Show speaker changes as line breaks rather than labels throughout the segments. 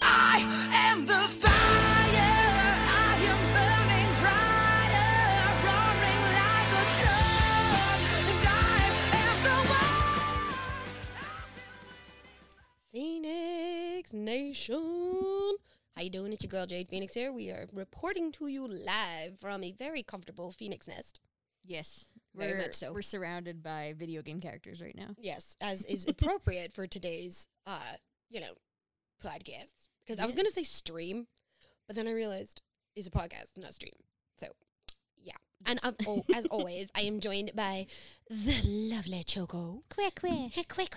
I am the fire. I am burning brighter, roaring like a sun. And I am the one.
Phoenix Nation. How you doing? It's your girl Jade Phoenix here. We are reporting to you live from a very comfortable Phoenix nest.
Yes,
Very
we're,
much so.
We're surrounded by video game characters right now.
Yes, as is appropriate for today's, uh, you know, podcast. Because I was gonna say stream, but then I realized it's a podcast, not stream. So, yeah. And of, al- as always, I am joined by the lovely Choco.
Quick, quick.
Hey, quick, quick.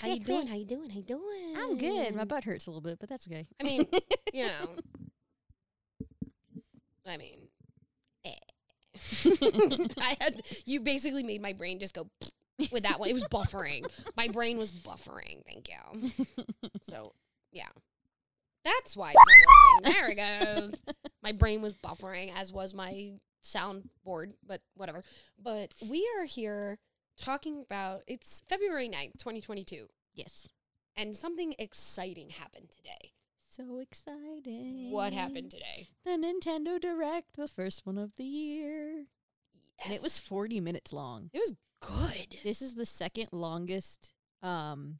How you
Quick,
doing?
quick.
How you doing? How you doing?
I'm good. My butt hurts a little bit, but that's okay.
I mean, you know. I mean, eh. I had you basically made my brain just go with that one. It was buffering. My brain was buffering. Thank you. So yeah, that's why it's not working. There it goes. My brain was buffering, as was my soundboard. But whatever. But we are here talking about it's February 9th, twenty twenty two,
Yes.
and something exciting happened today.
So exciting.
What happened today?
The Nintendo Direct, the first one of the year. And it was 40 minutes long.
It was good.
This is the second longest um,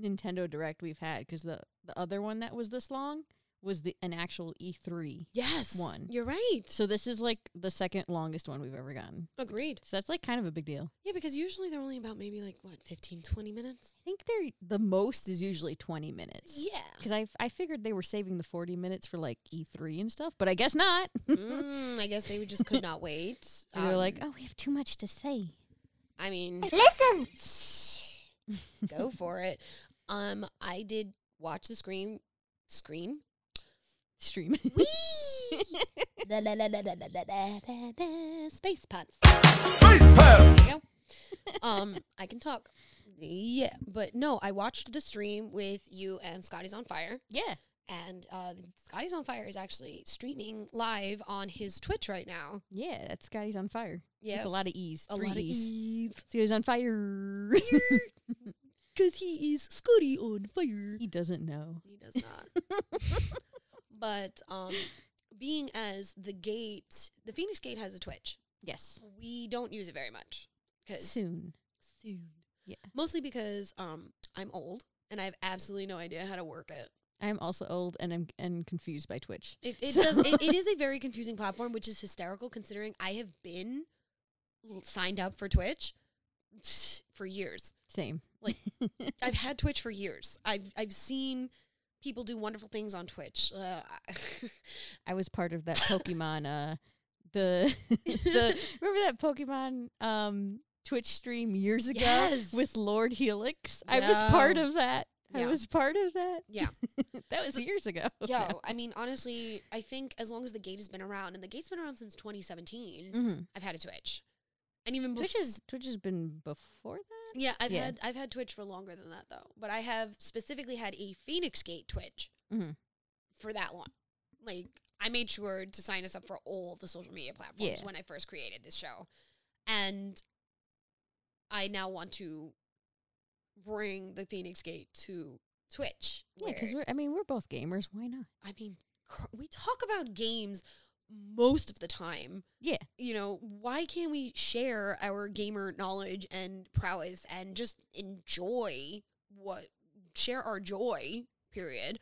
Nintendo Direct we've had because the, the other one that was this long was the an actual E3.
Yes.
One.
You're right.
So this is like the second longest one we've ever gotten.
Agreed.
So that's like kind of a big deal.
Yeah, because usually they're only about maybe like what 15 20 minutes.
I think they're the most is usually 20 minutes.
Yeah.
Because I, I figured they were saving the 40 minutes for like E3 and stuff, but I guess not.
mm, I guess they would just could not wait.
And they were like,
Um,
oh, we have too much to say.
I mean, go for it. Um I did watch the screen screen.
Stream.
La, la, la, la, la, la, la, la, la, la, Space puns. There you go. Um, I can talk. Yeah, but no, I watched the stream with you and Scotty's on fire.
yeah.
And uh, Scotty's on fire is actually streaming live on his Twitch right now.
Yeah, that's Scotty's on fire.
Yeah,
With a lot of E's.
a lot of E
E's.
ease
Scotty's on fire.
because he is Scotty on fire.
he doesn't know.
He does not. but um, being as the gate, the Phoenix Gate has a Twitch.
Yes.
We don't use it very much because
Soon.
soon.
Yeah.
Mostly because um, I'm old and I have absolutely no idea how to work it.
I'm also old and I'm and confused by Twitch.
It, it
So-
does. It, it is a very confusing platform, which is hysterical considering I have been l- signed up for Twitch for years.
Same.
Like, I've had Twitch for years. I've I've seen people do wonderful things on Twitch. Uh,
I was part of that Pokemon uh the the remember that Pokemon um Twitch stream years ago
Yes.
with Lord Helix? I was part
No.
of that. I
Yeah.
was part of that.
yeah,
That was years ago.
yo. I mean, honestly, I think as long as the gate has been around, and the gate's been around since 2017,
Mm-hmm.
I've had a Twitch, and even before.
Twitch has Twitch has been before that.
Yeah, I've
Yeah.
had I've had Twitch for longer than that though, but I have specifically had a Phoenix Gate Twitch
Mhm.
for that long. Like I made sure to sign us up for all the social media platforms
Yeah.
when I first created this show, and I now want to bring the Phoenix Gate to Twitch.
Yeah, because
where-
we're I mean we're both gamers. Why not?
I mean, cr- we talk about games most of the time.
Yeah,
You know, why can't we share our gamer knowledge and prowess and just enjoy what share our joy, period,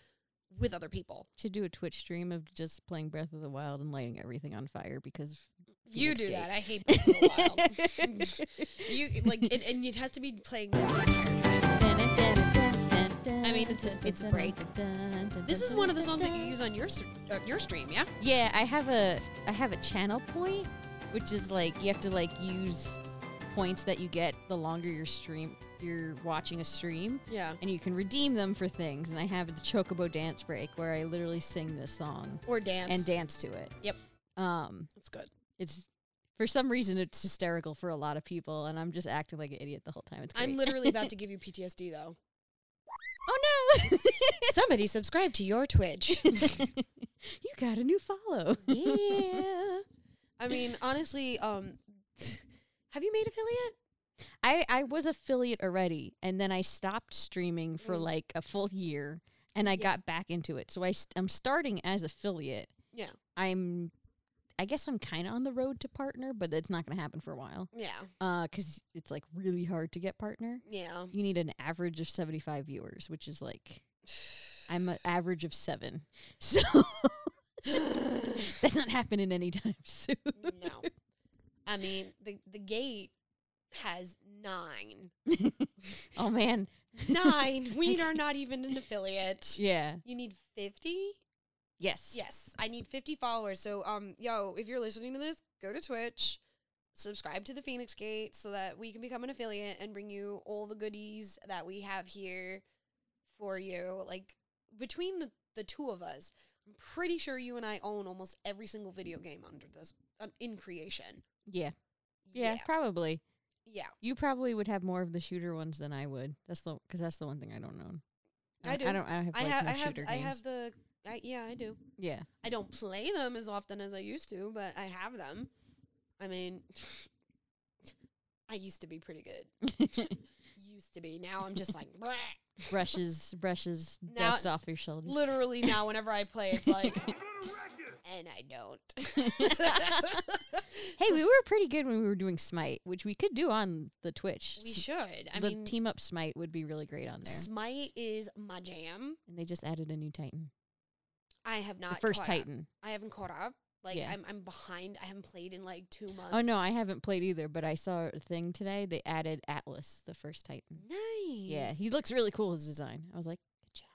with other people?
should do a Twitch stream of just playing Breath of the Wild and lighting everything on fire because
you
Phoenix
do
Gate.
that. I hate Breath of the Wild. you like, and, and it has to be playing this the entire time.
I
mean, it's a- it's a break. This is one of the songs that you use on your s- uh, your stream, yeah?
Yeah, I have a I have a channel point, which is like you have to like use points that you get the longer your stream you're watching a stream,
Yeah.
and you can redeem them for things. And I have the Chocobo dance break where I literally sing this song
Or dance.
and dance to it.
Yep.
Um,
That's good.
it's for some reason it's hysterical for a lot of people, and I'm just acting like an idiot the whole time. It's
I'm
great.
literally about to give you PTSD though.
oh no,
Somebody subscribe to your Twitch.
you got a new follow.
yeah. I mean, honestly, um, have you made affiliate?
I, I was affiliate already, and then I stopped streaming for like a full year, and I
Mm. Yeah.
got back into it. So I st- I'm starting as affiliate.
Yeah.
I'm I guess I'm kind of on the road to partner, but it's not going to happen for a while.
Yeah.
Uh, 'cause it's like really hard to get partner.
Yeah.
You need an average of 75 viewers, which is like I'm an average of 7. So that's not happening anytime soon.
no. I mean, the the gate has nine.
Oh man.
Nine. we are not even an affiliate.
Yeah.
You need 50?
Yes.
Yes, I need 50 followers. So, um, yo, if you're listening to this, go to Twitch, subscribe to the Phoenix Gate so that we can become an affiliate and bring you all the goodies that we have here for you. Like between the, the two of us, I'm pretty sure you and I own almost every single video game under this uh, in creation.
Yeah. Yeah,
yeah.
probably.
Yeah.
You probably would have more of the shooter ones than I would. That's the cuz that's the one thing I don't know.
I do.
I don't I have
I
like
have
no
I have
shooter
I
games.
have the I, yeah, I do.
yeah.
I don't play them as often as I used to, but I have them. I mean, I used to be pretty good. used to be. Now I'm just like, bleh.
brushes brushes
Now-
dust off your shoulders.
literally now whenever I play, it's like, and I don't.
Hey, we were pretty good when we were doing Smite, which we could do on the Twitch.
we
S-
should. I
the
mean,
team up Smite would be really great on there.
Smite is my jam.
and they just added a new Titan,
I have not
the first
caught up.
Titan.
I haven't caught up. Like
Yeah.
I'm, I'm behind. I haven't played in like two months.
Oh no, I haven't played either, but I saw a thing today. They added Atlas, the first Titan.
Nice.
Yeah, he looks really cool. His design. I was like, good job.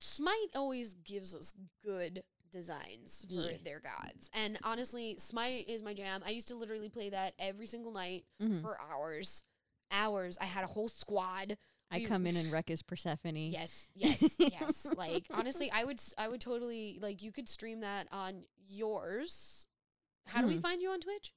Smite always gives us good designs for
Yeah.
their gods. And honestly, Smite is my jam. I used to literally play that every single night
Mhm.
for hours. Hours. I had a whole squad.
I
We-
come in and wreck his Persephone.
Yes, yes, yes. Like honestly, I would s- I would totally like you could stream that on yours. How do we
Mhm.
find you on Twitch?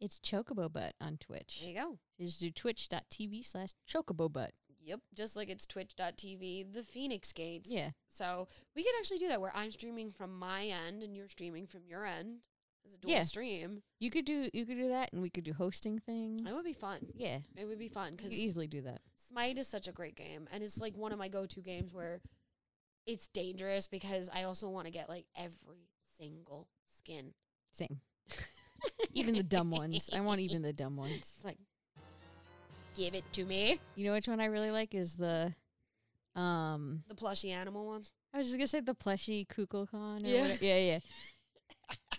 It's Chocobo Butt on Twitch.
There you go.
Just do twitch.tv slash Chocobo Butt.
Yep, just like it's twitch.tv, the Phoenix Gates.
Yeah.
So we could actually do that where I'm streaming from my end and you're streaming from your end as a dual
Yeah.
stream.
You could do you could do that, and we could do hosting things.
It would be fun.
yeah,
It would be fun
you could
because
easily do that.
Smite is such a great game, and it's like one of my go-to games where it's dangerous because I also want to get like every single skin.
Same. even the dumb ones. I want even the dumb ones.
It's like, give it to me.
You know which one I really like is the um
The plushy animal one.
I was just gonna say the plushy Kukulkan or
Yeah.
yeah. yeah, yeah.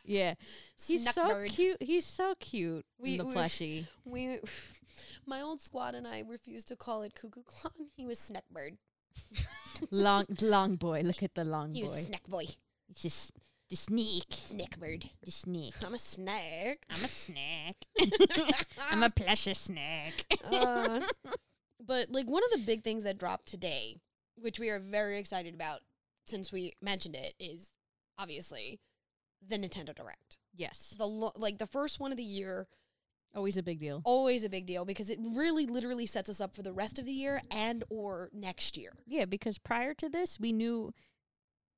Yeah. He's
Snuck
so
bird.
cute. He's so cute.
We-
We, the
we-
plushie.
We, my old squad and I refused to call it Cuckoo Clan. He was Snuckbird.
long long boy. Look at the long
He was
boy.
Snack Boy.
It's just the sneak.
Snackbird.
The sneak.
I'm a snack.
I'm a snack. I'm a plushy snack.
Uh, but like one of the big things that dropped today, which we are very excited about since we mentioned it, is obviously the Nintendo Direct.
Yes.
The lo- like the first one of the year,
Always a big deal.
always a big deal because it really literally sets us up for the rest of the year and or next year.
Yeah, because prior to this, we knew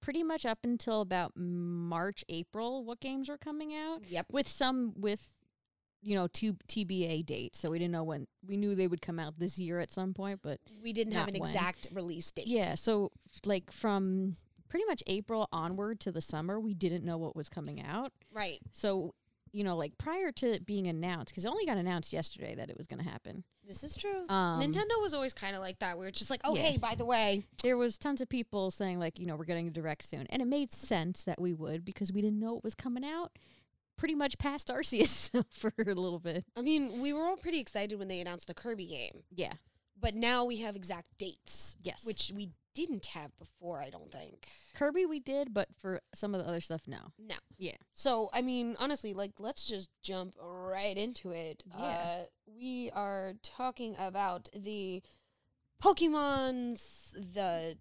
pretty much up until about March, April what games were coming out.
Yep.
With some with you know, two TBA date, so we didn't know when. We knew they would come out this year at some point, but
We didn't have
Not
an
when.
exact release date.
yeah. So like from pretty much April onward to the summer, we didn't know what was coming out.
Right.
So you know, like prior to it being announced, because it only got announced yesterday that it was going to happen.
This is true.
Um,
Nintendo was always kind of like that. We are just like, oh,
Yeah.
hey, by the way.
there was tons of people saying like you know we're getting a direct soon and it made sense that we would because we didn't know it was coming out pretty much past arceus for a little bit
I mean, we were all pretty excited when they announced the Kirby game.
yeah
but now we have exact dates.
Yes.
Which we didn't have before, I don't think.
kirby we did but for some of the other stuff no
No.
yeah
So, I mean, honestly, like, let's just jump right into it.
Yeah.
Uh, we are talking about the Pokemon's, the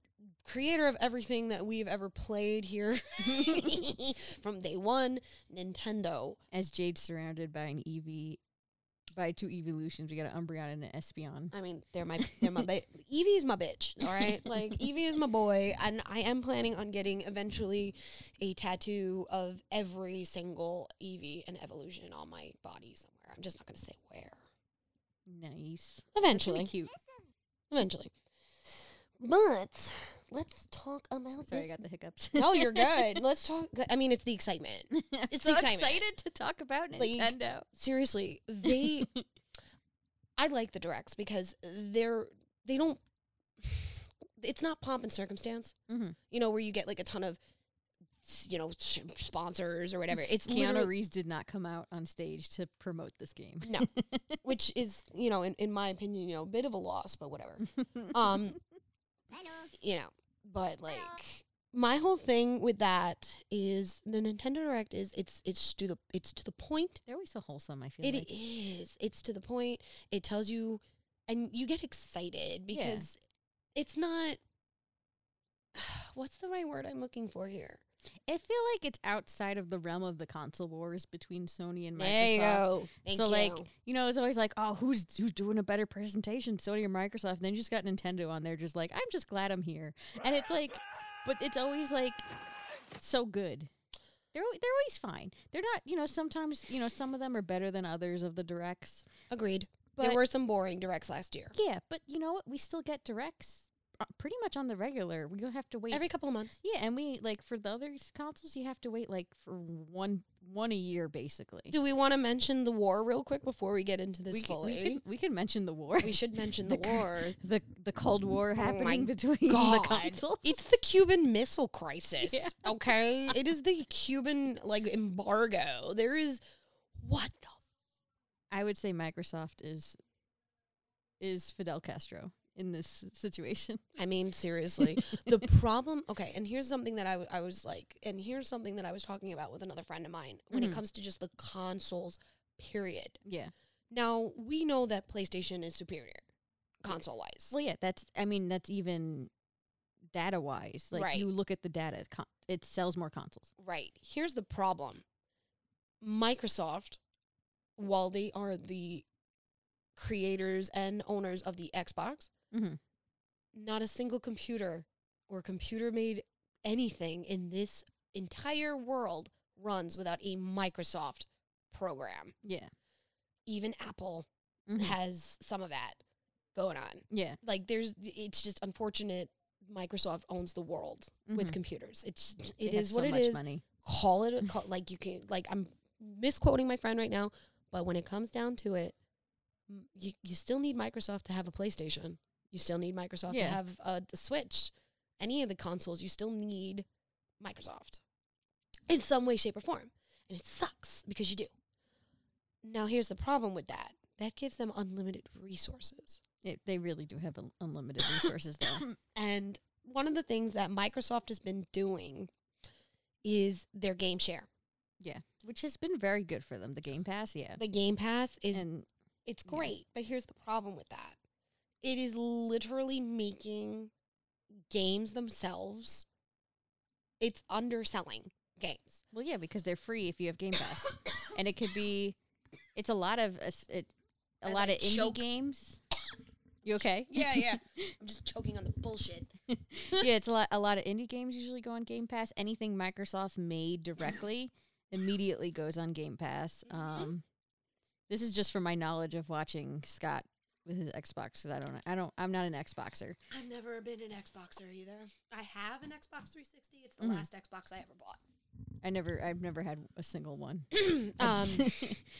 creator of everything that we've ever played here from day one, Nintendo.
as jade's surrounded by an ev by two evolutions we got an umbreon and an espeon
I mean, they're my they're my ba- Evie's my bitch, all right? Like Evie is my boy, and I am planning on getting eventually a tattoo of every single Evie and evolution on my body somewhere. I'm just not going to say where.
nice That's really
Eventually,
cute
eventually. But Let's talk about
Sorry,
this.
I got the hiccups.
no, you're good. Let's talk. I mean, it's the excitement.
I'm
It's
so
excitement.
excited to talk about
Like,
Nintendo.
Seriously, they. I like the directs because they're they don't. It's not pomp and circumstance.
Mm-hmm.
you know, where you get like a ton of, s- you know, s- sponsors or whatever. It's
Keanu
literally,
Reeves did not come out on stage to promote this game.
No. which is, you know, in, in my opinion, you know, a bit of a loss, but whatever. Um, you know, but like my whole thing with that is the Nintendo Direct is it's it's to the it's to the point.
They're always so wholesome. I feel
It is.
like
It's to the point. It tells you, and you get excited
Yeah.
because it's not. What's the right word I'm looking for here?
I feel like it's outside of the realm of the console wars between Sony and Microsoft.
go.
so like you know, it's always like, oh, who's who's doing a better presentation, Sony or Microsoft? And then you just got Nintendo on there, just like, I'm just glad I'm here, and it's like, but it's always like so good. They're al- they're always fine. They're not, you know. Sometimes you know some of them are better than others of the directs.
Agreed.
But-
there were some boring directs last year.
Yeah, but you know what? We still get directs uh, pretty much on the regular. We don't have to wait
Every couple of months.
Yeah, and we like for the other s- consoles, you have to wait like for one one a year basically.
Do we want to mention the war real quick before we get into this
we, could,
fully?
we could we could mention the war,
we Mm. Oh should mention the war.
the the Cold War happening between the console.
It's the Cuban Missile Crisis.
Yeah.
Okay, it is the Cuban like embargo. There is what the
I would say Microsoft is is Fidel Castro in this situation.
I mean, seriously. the problem, okay, and here's something that I, w- I was like, and here's something that I was talking about with another friend of mine when
Mhm.
it comes to just the consoles, period.
Yeah.
Now, we know that PlayStation is superior console wise.
Well, yeah. That's I mean that's even data wise. Like
Right.
you look at the data, it con- it sells more consoles.
Right. Here's the problem Microsoft, while they are the creators and owners of the Xbox,
Mm-hmm.
not a single computer or computer made anything in this entire world runs without a Microsoft program.
Yeah.
Even Apple
Mhm.
has some of that going on.
Yeah.
Like there's it's just unfortunate Microsoft owns the world with
Mhm.
computers. It's
They
it
have
is
so
what it
much
is.
Money.
Call it a- call, like you can like I'm misquoting my friend right now, but when it comes down to it, m- you you still need Microsoft to have a PlayStation. You still need Microsoft
Yeah.
to have a, a Switch. Any of the consoles, you still need Microsoft in some way, shape, or form. And it sucks because you do. Now, here's the problem with that that gives them unlimited resources.
It, they really do have un- unlimited resources though.
And one of the things that Microsoft has been doing is their game share.
Yeah, which has been very good for them. The Game Pass, yeah,
The Game Pass is
and
it's
yeah.
great, but here's the problem with that. It is literally making games themselves it's underselling games.
well, yeah, because they're free if you have Game Pass, and it could be, it's a lot of us- it, a
As
lot
I
of indie
choke.
games. You okay?
yeah. I'm just choking on the bullshit.
yeah, it's a lot. A lot of indie games usually go on Game Pass. Anything Microsoft made directly immediately goes on Game Pass.
Mm-hmm.
Um, this is just from my knowledge of watching Scott with his Xbox. 'cause I don't, I don't, I'm not an Xboxer.
I've never been an Xboxer either. I have an Xbox 360. It's the
Mhm.
last Xbox I ever bought.
I never, I've never had a single one.
Um,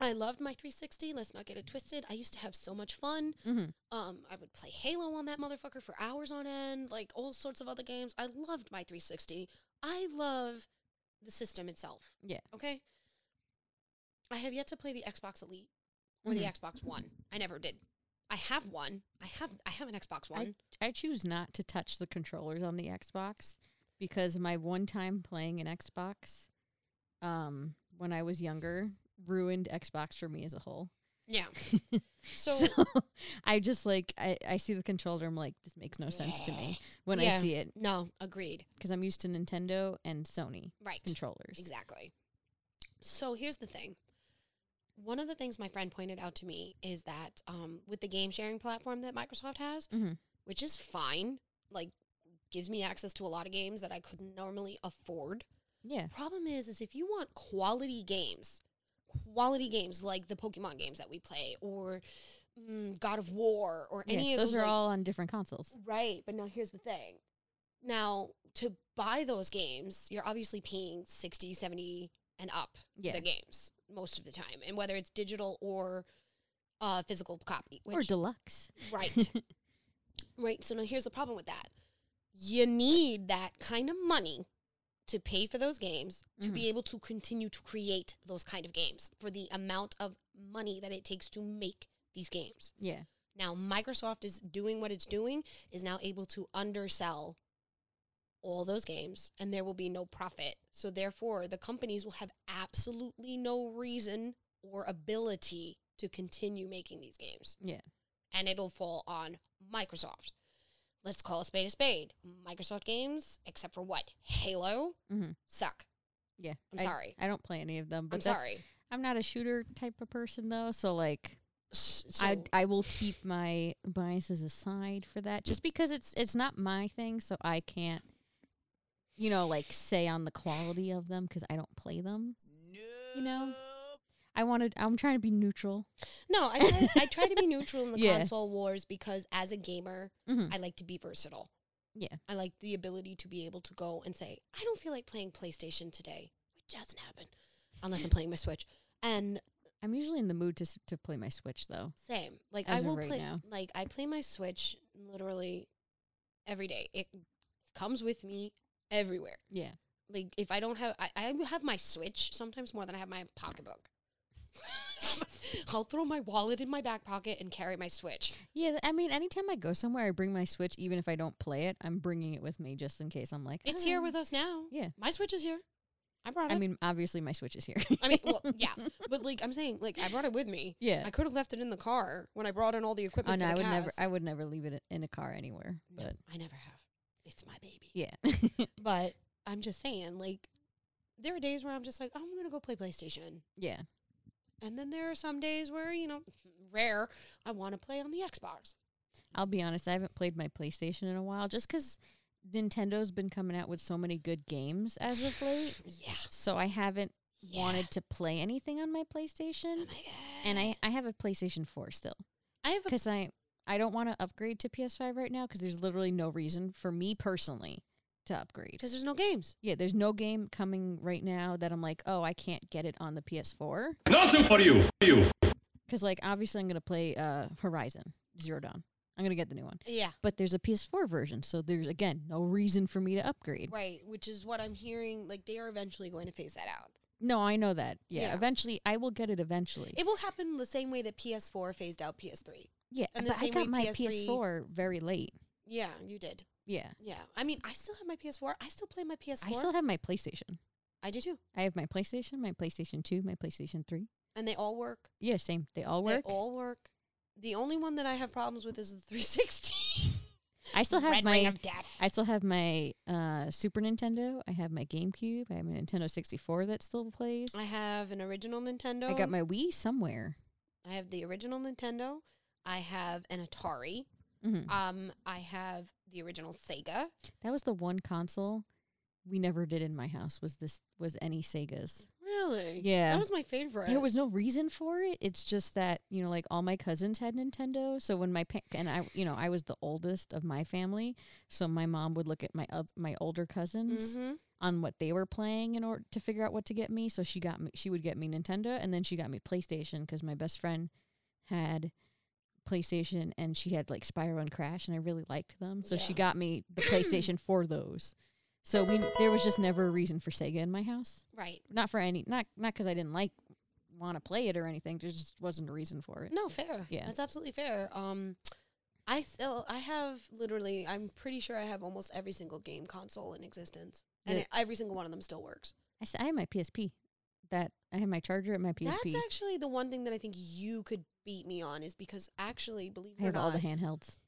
I loved my 360. Let's not get it twisted. I used to have so much fun.
Mhm.
Um, I would play Halo on that motherfucker for hours on end, like all sorts of other games. I loved my 360. I love the system itself.
Yeah.
Okay. I have yet to play the Xbox Elite or the
Mhm.
Xbox One. I never did. I have one. I have I have an Xbox
I-
One.
I choose not to touch the controllers on the Xbox because my one time playing an Xbox um when I was younger ruined Xbox for me as a whole.
yeah. So,
So, I just like I, I see the controller I'm like this makes no sense to me when I
Yeah.
see it
no, agreed.
because I'm used to Nintendo and Sony
Right.
controllers.
Exactly. So here's the thing. One of the things my friend pointed out to me is that um, with the game sharing platform that Microsoft has,
Mhm.
which is fine, like gives me access to a lot of games that I couldn't normally afford.
Yeah.
Problem is, is if you want quality games, quality games like the Pokemon games that we play, or mm, God of War or any
Yeah,
of
those,
those.
are
like-
all on different consoles.
right. But now here's the thing. Now to buy those games, you're obviously paying 60, 70 and up
Yeah.
the games most of the time, and whether it's digital or uh, physical copy,
or
which
deluxe.
Right. right. So now here's the problem with that. You need that kind of money to pay for those games to be able to continue to create those kind of games for the amount of money that it takes to make these games.
Yeah.
Now Microsoft is doing what it's doing is now able to undersell all those games and there will be no profit. So therefore the companies will have absolutely no reason or ability to continue making these games
Yeah.
and it'll fall on Microsoft. Let's call a spade a spade. Microsoft games, except for what? Halo
hmm
suck.
Yeah.
I'm
I-
sorry.
I don't play any of them. But
I'm
that's-
sorry.
I'm not a shooter type of person though, so like
S-
I
so-
I will keep my biases aside for that, just because it's it's not my thing, so I can't, you know, like say on the quality of them because I don't play them. You know, I wanted I'm trying to be neutral.
no, I try, I try to be neutral in the
Yeah.
console wars because as a gamer,
Mm-hmm.
I like to be versatile.
Yeah.
I like the ability to be able to go and say, I don't feel like playing PlayStation today, which doesn't happen unless I'm playing my Switch. And
I'm usually in the mood to s- to play my Switch though.
Same. Like
As
I
of
will
right
play.
now.
Like I play my Switch literally every day. It comes with me everywhere.
Yeah,
Like if I don't have, I, I have my Switch sometimes more than I have my pocketbook. I'll throw my wallet in my back pocket and carry my Switch.
yeah. th- I mean, anytime I go somewhere, I bring my Switch, even if I don't play it. I'm bringing it with me just in case. I'm like,
It's here
"Ah."
with us now.
Yeah.
my Switch is here. I brought it.
I mean, obviously, my Switch is here.
I mean, well, yeah, but like I'm saying, like I brought it with me.
Yeah.
I could have left it in the car when I brought in all the
Oh
equipment.
no,
for
I
the
would never.
cast.
I would never leave it in a car anywhere.
No,
But
I never have. It's my baby.
yeah,
But I'm just saying, like, there are days where I'm just like, "Oh, I'm gonna go play PlayStation,
yeah.
and then there are some days where you know, rare, I want to play on the Xbox.
I'll be honest. I haven't played my PlayStation in a while, just 'cause Nintendo's been coming out with so many good games as of late.
Yeah,
So I haven't
Yeah.
wanted to play anything on my PlayStation,
Oh my God.
and I I have a PlayStation Four still
I have a,
because I I don't want to upgrade to PS5 right now 'cause there's literally no reason for me personally to upgrade.
because there's no games.
Yeah, there's no game coming right now that I'm like, oh, I can't get it on the PS4.
Nothing for you. For you.
Because, like, obviously, I'm going to play uh, Horizon Zero Dawn. I'm going to get the new one.
Yeah,
But there's a PS4 version. So there's, again, no reason for me to upgrade.
right. Which is what I'm hearing. Like they are eventually going to phase that out.
No, I know that. Yeah,
Yeah.
Eventually, I will get it eventually.
It will happen the same way that PS4 phased out PS3.
yeah.
and the
but I
same
got
way
my
PS3
PS4 very late.
Yeah, you did.
Yeah.
Yeah, I mean, I still have my PS4. I still play my PS4.
I still have my PlayStation.
I do too,
I have my PlayStation, my PlayStation 2, my PlayStation 3.
and they all work.
Yeah, same. They all work.
They all work. The only one that I have problems with is the 360.
I still have
Red
my.
Ring of Death.
I still have my uh, Super Nintendo. I have my GameCube. I have my Nintendo 64 that still plays.
I have an original Nintendo.
I got my Wii somewhere.
I have the original Nintendo. I have an Atari.
Mhm.
Um, I have the original Sega.
That was the one console we never did in my house was this was any Segas.
Really?
Yeah.
That was my favorite.
There was no reason for it. It's just that, you know, like all my cousins had Nintendo, so when my pa- and I, you know, I was the oldest of my family, so my mom would look at my oth- my older cousins
hmm
on what they were playing in order to figure out what to get me. So she got me she would get me Nintendo and then she got me PlayStation cuz my best friend had PlayStation and she had like Spyro and Crash and I really liked them. So she
Yeah.
got me the PlayStation for those. So we there was just never a reason for Sega in my house.
Right.
Not for any not not cuz I didn't like want to play it or anything. There just wasn't a reason for it.
No, fair.
Yeah.
That's absolutely fair. Um, I still, I have literally, I'm pretty sure I have almost every single game console in existence. And
Yeah.
it- every single one of them still works.
I s- I had my PSP. That I had my charger at my PSP.
That's actually the one thing that I think you could beat me on is because actually, believe it
I
or
had
not,
all the handhelds.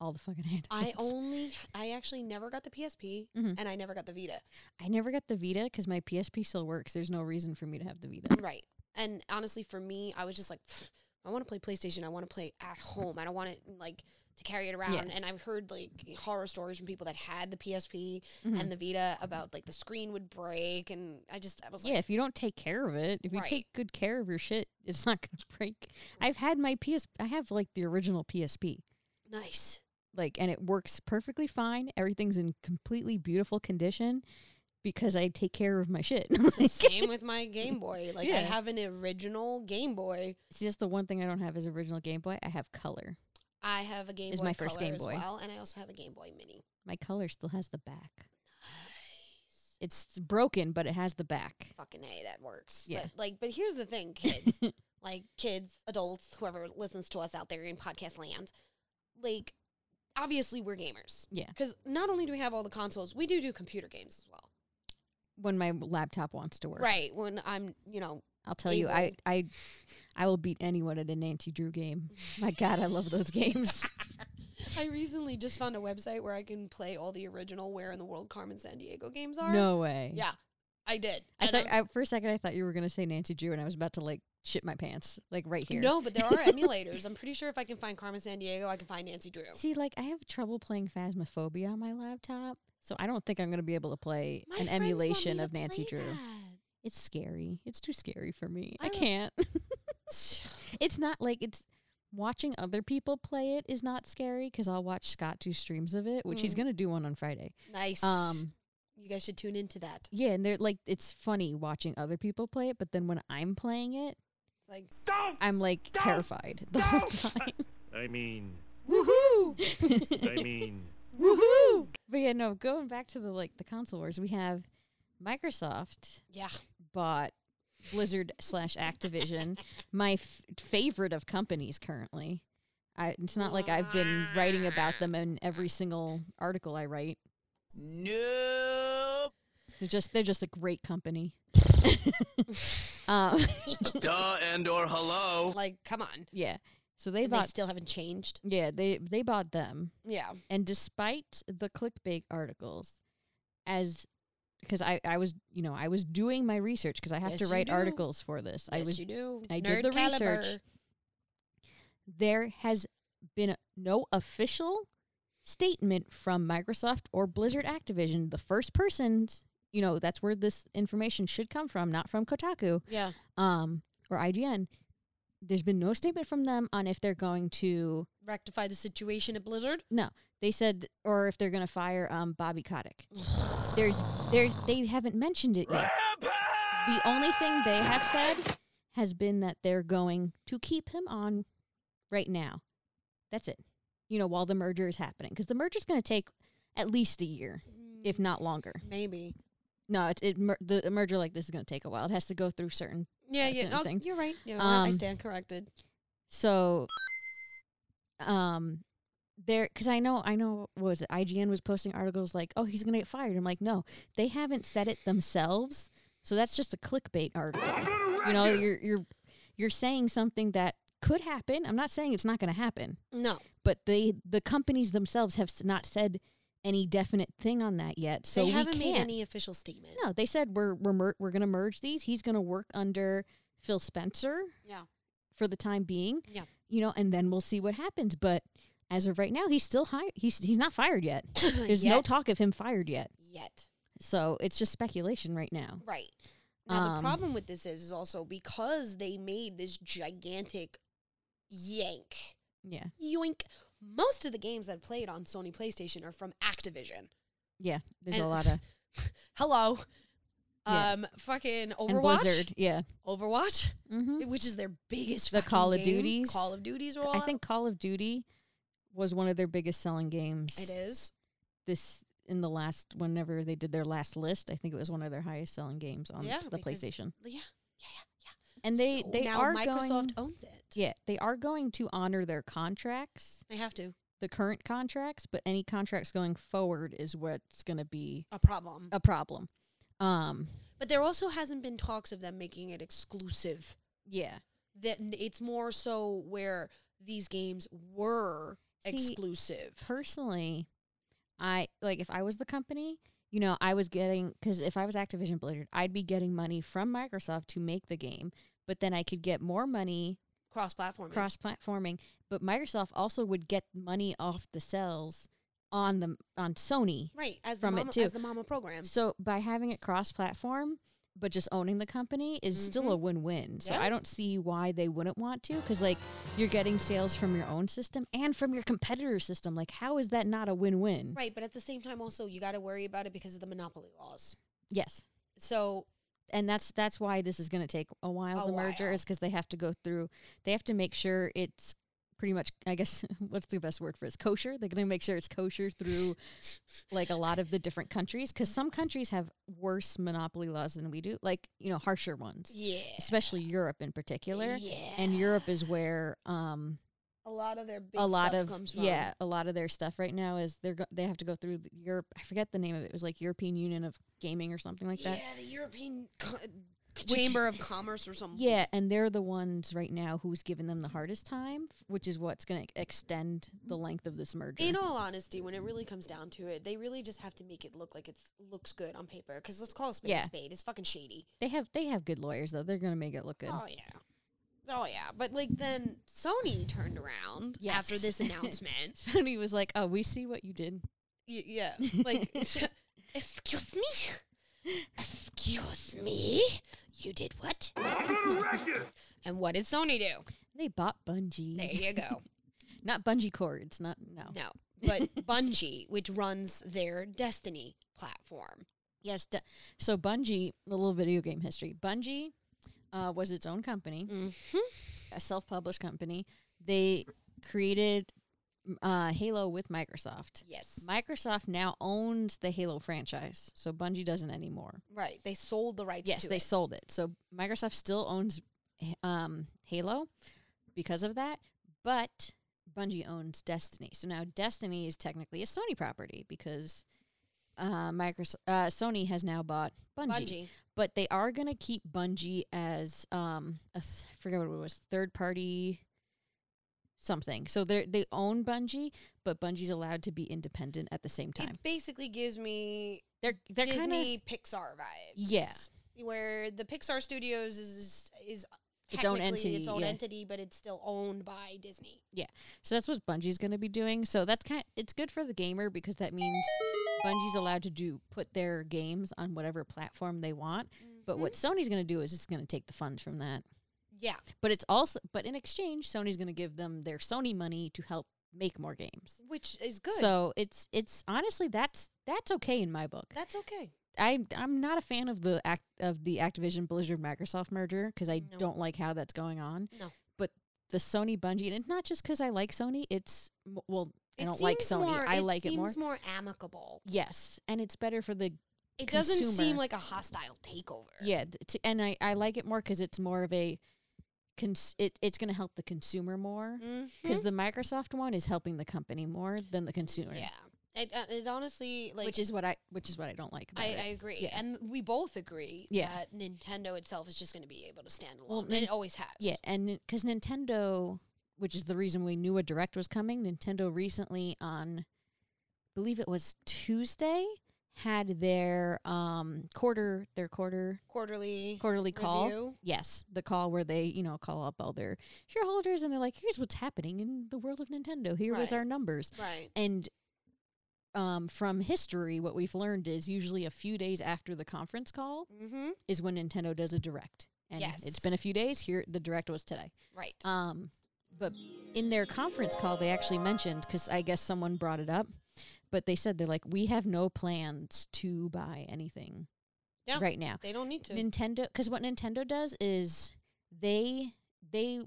All the fucking handhelds.
I only, I actually never got the PSP
Mhm.
and I never got the Vita.
I never got the Vita because my PSP still works. There's no reason for me to have the Vita.
Right. And honestly, for me, I was just like, "Pfft, I want to play PlayStation. I want to play at home. I don't want it like to carry it around. And I've heard like horror stories from people that had the PSP
Mm-hmm.
and the Vita about like the screen would break. And I just, I was like,
yeah, if you don't take care of it, if you
Right.
take good care of your shit, it's not going to break. I've had my PS, I have like the original PSP,
nice.
like, and it works perfectly fine. Everything's in completely beautiful condition because I take care of my shit. Like,
Same with my Game Boy. Like I
Yeah.
have an original Game Boy.
it's just the one thing I don't have is original Game Boy. I have color.
I have a Game
Is
Boy
my first
Color
Game
as
Boy.
well, and I also have a Game Boy Mini.
My color still has the back. It's broken, but it has the back.
Fucking hey, that works.
Yeah.
But like, but here's the thing, kids. like kids, adults, whoever listens to us out there in podcast land, like obviously we're gamers.
Yeah.
Because not only do we have all the consoles, we do do computer games as well.
When my laptop wants to work,
Right. When I'm, you know,
I'll tell you, I,
Able.
I, I will beat anyone at a Nancy Drew game. My God, I love those games.
I recently just found a website where I can play all the original Where in the World Carmen San Diego games are.
No way.
Yeah, I did.
I
And
thought
I'm-
I, for a second I thought you were gonna say Nancy Drew, and I was about to like shit my pants, like right here.
No, but there are emulators. I'm pretty sure if I can find Carmen San Diego, I can find Nancy Drew.
See, like I have trouble playing Phasmophobia on my laptop, so I don't think I'm gonna be able to play
My
an
friends want me
emulation
to
of Nancy
play
Drew.
that.
It's scary. It's too scary for me. I,
I don't-
can't. it's not like it's watching other people play it is not scary because I'll watch Scott do streams of it, which he's
Mm.
gonna do one on Friday.
Nice.
Um,
you guys should tune into that.
yeah, and they're like it's funny watching other people play it, but then when I'm playing it,
It's like,
I'm like terrified the whole time.
I mean,
woohoo!
I mean.
Woohoo!
But yeah, no, going back to the like the console wars, we have Microsoft
Yeah.
bought Blizzard slash Activision, my f- favorite of companies currently. I, it's not like I've been writing about them in every single article I write.
Nope.
They're just they're just a great company. um,
Duh and or hello.
Like, come on.
yeah, so they
And They
bought
still haven't changed.
yeah they they bought them,
Yeah.
and despite the clickbait articles, as because I, I was you know I was doing my research because I have
Yes,
to
you
write
do.
articles for this. I
yes,
was
you do.
I did the research. there has been no official statement from Microsoft or Blizzard Activision. The first persons, you know, that's where this information should come from, not from Kotaku
Yeah.
um, or IGN. There's been no statement from them on if they're going to
Rectify the situation at Blizzard.
no. They said or if they're going to fire um, Bobby Kotick. There's there they haven't mentioned it yet. The only thing they have said has been that they're going to keep him on right now. That's it. You know, while the merger is happening, because the merger is going to take at least a year, if not longer.
Maybe.
No, it, it mer- the a merger like this is going to take a while. It has to go through certain.
Yeah,
That's
yeah.
another
Oh,
thing.
you're right. Yeah, I- I
Um,
stand corrected.
So, um, there because I know I know what was it IGN was posting articles like, oh, he's going to get fired. I'm like, no, they haven't said it themselves. So that's just a clickbait article. You know, you're you're you're saying something that could happen. I'm not saying it's not going to happen,
No.
but they the companies themselves have s- not said any definite thing on that yet. So
they
we
haven't
can't.
made any official statement.
no, they said we're we're mer- we're going to merge these. He's going to work under Phil Spencer
Yeah.
for the time being.
Yeah.
You know, and then we'll see what happens, but as of right now, he's still hired. He's he's not fired yet. There's no
Yet.
talk of him fired yet.
Yet.
So it's just speculation right now.
Right. Now the
Um,
problem with this is, is also because they made this gigantic yank,
Yeah.
yoink. Most of the games that played on Sony PlayStation are from Activision.
Yeah. There's a
And-
lot of
Hello,
Yeah.
um, fucking
and
Overwatch,
Blizzard. Yeah.
Overwatch,
Mm-hmm.
which is their biggest.
The
fucking
Call of
game.
Duties.
Call of Duties. Roll
I think Call of Duty was one of their biggest selling games.
it is.
This in the last whenever they did their last list, I think it was one of their highest selling games on
yeah,
the
because-
PlayStation.
Yeah,
And they
So
they
now
are
Microsoft
going
owns it.
yeah, they are going to honor their contracts,
They have to.
the current contracts, but any contracts going forward is what's going to be
A problem.
a problem. Um
But there also hasn't been talks of them making it exclusive
yeah.
that n- it's more so where these games were
See,
exclusive.
personally, I like if I was the company, you know, I was getting because if I was Activision Blizzard, I'd be getting money from Microsoft to make the game, but then I could get more money
cross platform.
cross platforming, but Microsoft also would get money off the sales on the on Sony.
right as
from
the
it
mama,
too.
as the mama program.
So by having it cross platform but just owning the company is still a win-win. So
Mm-hmm. Yeah.
I don't see why they wouldn't want to cuz like you're getting sales from your own system and from your competitor system. Like how is that not a win-win?
Right, but at the same time, also you got to worry about it because of the monopoly laws.
Yes.
So
and that's that's why this is going to take a while.
A
the merger
while.
is because they have to go through. They have to make sure it's pretty much. I guess what's the best word for it? Kosher. They're going to make sure it's kosher through like a lot of the different countries because some countries have worse monopoly laws than we do. Like you know harsher ones,
yeah,
especially Europe in particular.
yeah,
And Europe is where um,
a lot of their big
a lot
stuff
of
comes from.
yeah a lot of their stuff right now is they're go- they have to go through the Europe. I forget the name of it. It was like European Union of Gaming or something like that.
yeah, the European co- Chamber of Commerce or something.
Yeah, and they're the ones right now who's giving them the hardest time, f- which is what's going to extend
Mm.
the length of this merger.
In all honesty, when it really comes down to it, they really just have to make it look like it looks good on paper. Because let's call a spade
Yeah.
a spade. It's fucking shady.
they have they have good lawyers though. They're going to make it look good.
Oh yeah. Oh yeah, but like then Sony turned around after
Yes.
this announcement.
Sony was like, "Oh, we see what you did."
Y- yeah, like excuse me, excuse me, you did what? and what did Sony do?
They bought Bungie,
There you go.
not Bungie Cords, not no.
No, but Bungie, which runs their Destiny platform,
Yes, d- so Bungie, a little video game history. Bungie uh, was its own company, a self-published company. They created m- uh, Halo with Microsoft.
yes,
Microsoft now owns the Halo franchise, so Bungie doesn't anymore.
right. They sold the rights.
yes,
to
they
it.
sold it. So Microsoft still owns um, Halo because of that, but Bungie owns Destiny. So now Destiny is technically a Sony property because uh, Microsoft uh, Sony has now bought Bungie.
Bungie.
But they are going to keep Bungie as um, a th- I forget what it was third party something. So they they own Bungie, but Bungie's allowed to be independent at the same time.
It basically gives me
they're they're kind of
Disney Pixar vibes.
Yeah.
where the Pixar Studios is is
Its own
technically Its
entity,
own
yeah.
entity, but it's still owned by Disney.
So that's what Bungie's going to be doing. So that's kind it's good for the gamer because that means Bungie's allowed to do put their games on whatever platform they want. But what Sony's going to do is it's going to take the funds from that.
Yeah,
But it's also but in exchange Sony's going to give them their Sony money to help make more games.
which is good.
So it's it's honestly that's that's okay in my book.
that's okay.
I I'm not a fan of the act of the Activision Blizzard Microsoft merger because I
No.
don't like how that's going on.
No.
but the Sony Bungie, and it's not just because I like Sony. It's m- well, I
It
don't like
seems
Sony.
more-
I like it more.
seems Er. more amicable.
Yes, and it's better for the
It doesn't seem
Consumer.
like a hostile takeover.
yeah, th- t- and I I like it more because it's more of a. Cons- it, it's going to help the consumer more
Mm-hmm.
because the Microsoft one is helping the company more than the consumer,
yeah. It, uh, it honestly like
which is what I which is what I don't like. About
I,
it.
I agree,
Yeah.
and we both agree
Yeah.
that Nintendo itself is just going to be able to stand alone,
Well,
and it always has.
Yeah, and because Nintendo, which is the reason we knew a direct was coming, Nintendo recently on, believe it was Tuesday, had their um quarter their quarter
quarterly.
quarterly call.
Review?
Yes, the call where they you know call up all their shareholders and they're like, here's what's happening in the world of Nintendo. Here is
Right.
our numbers,
Right.
and. Um, from history, what we've learned is usually a few days after the conference call
Mm-hmm.
is when Nintendo does a direct, and it's been a
Yes.
few days. Here, the direct was today.
Right.
Um, but in their conference call, they actually mentioned because I guess someone brought it up, but they said they're like, we have no plans to buy anything
Yeah.
right now.
They don't need to.
Nintendo, because what Nintendo does is they they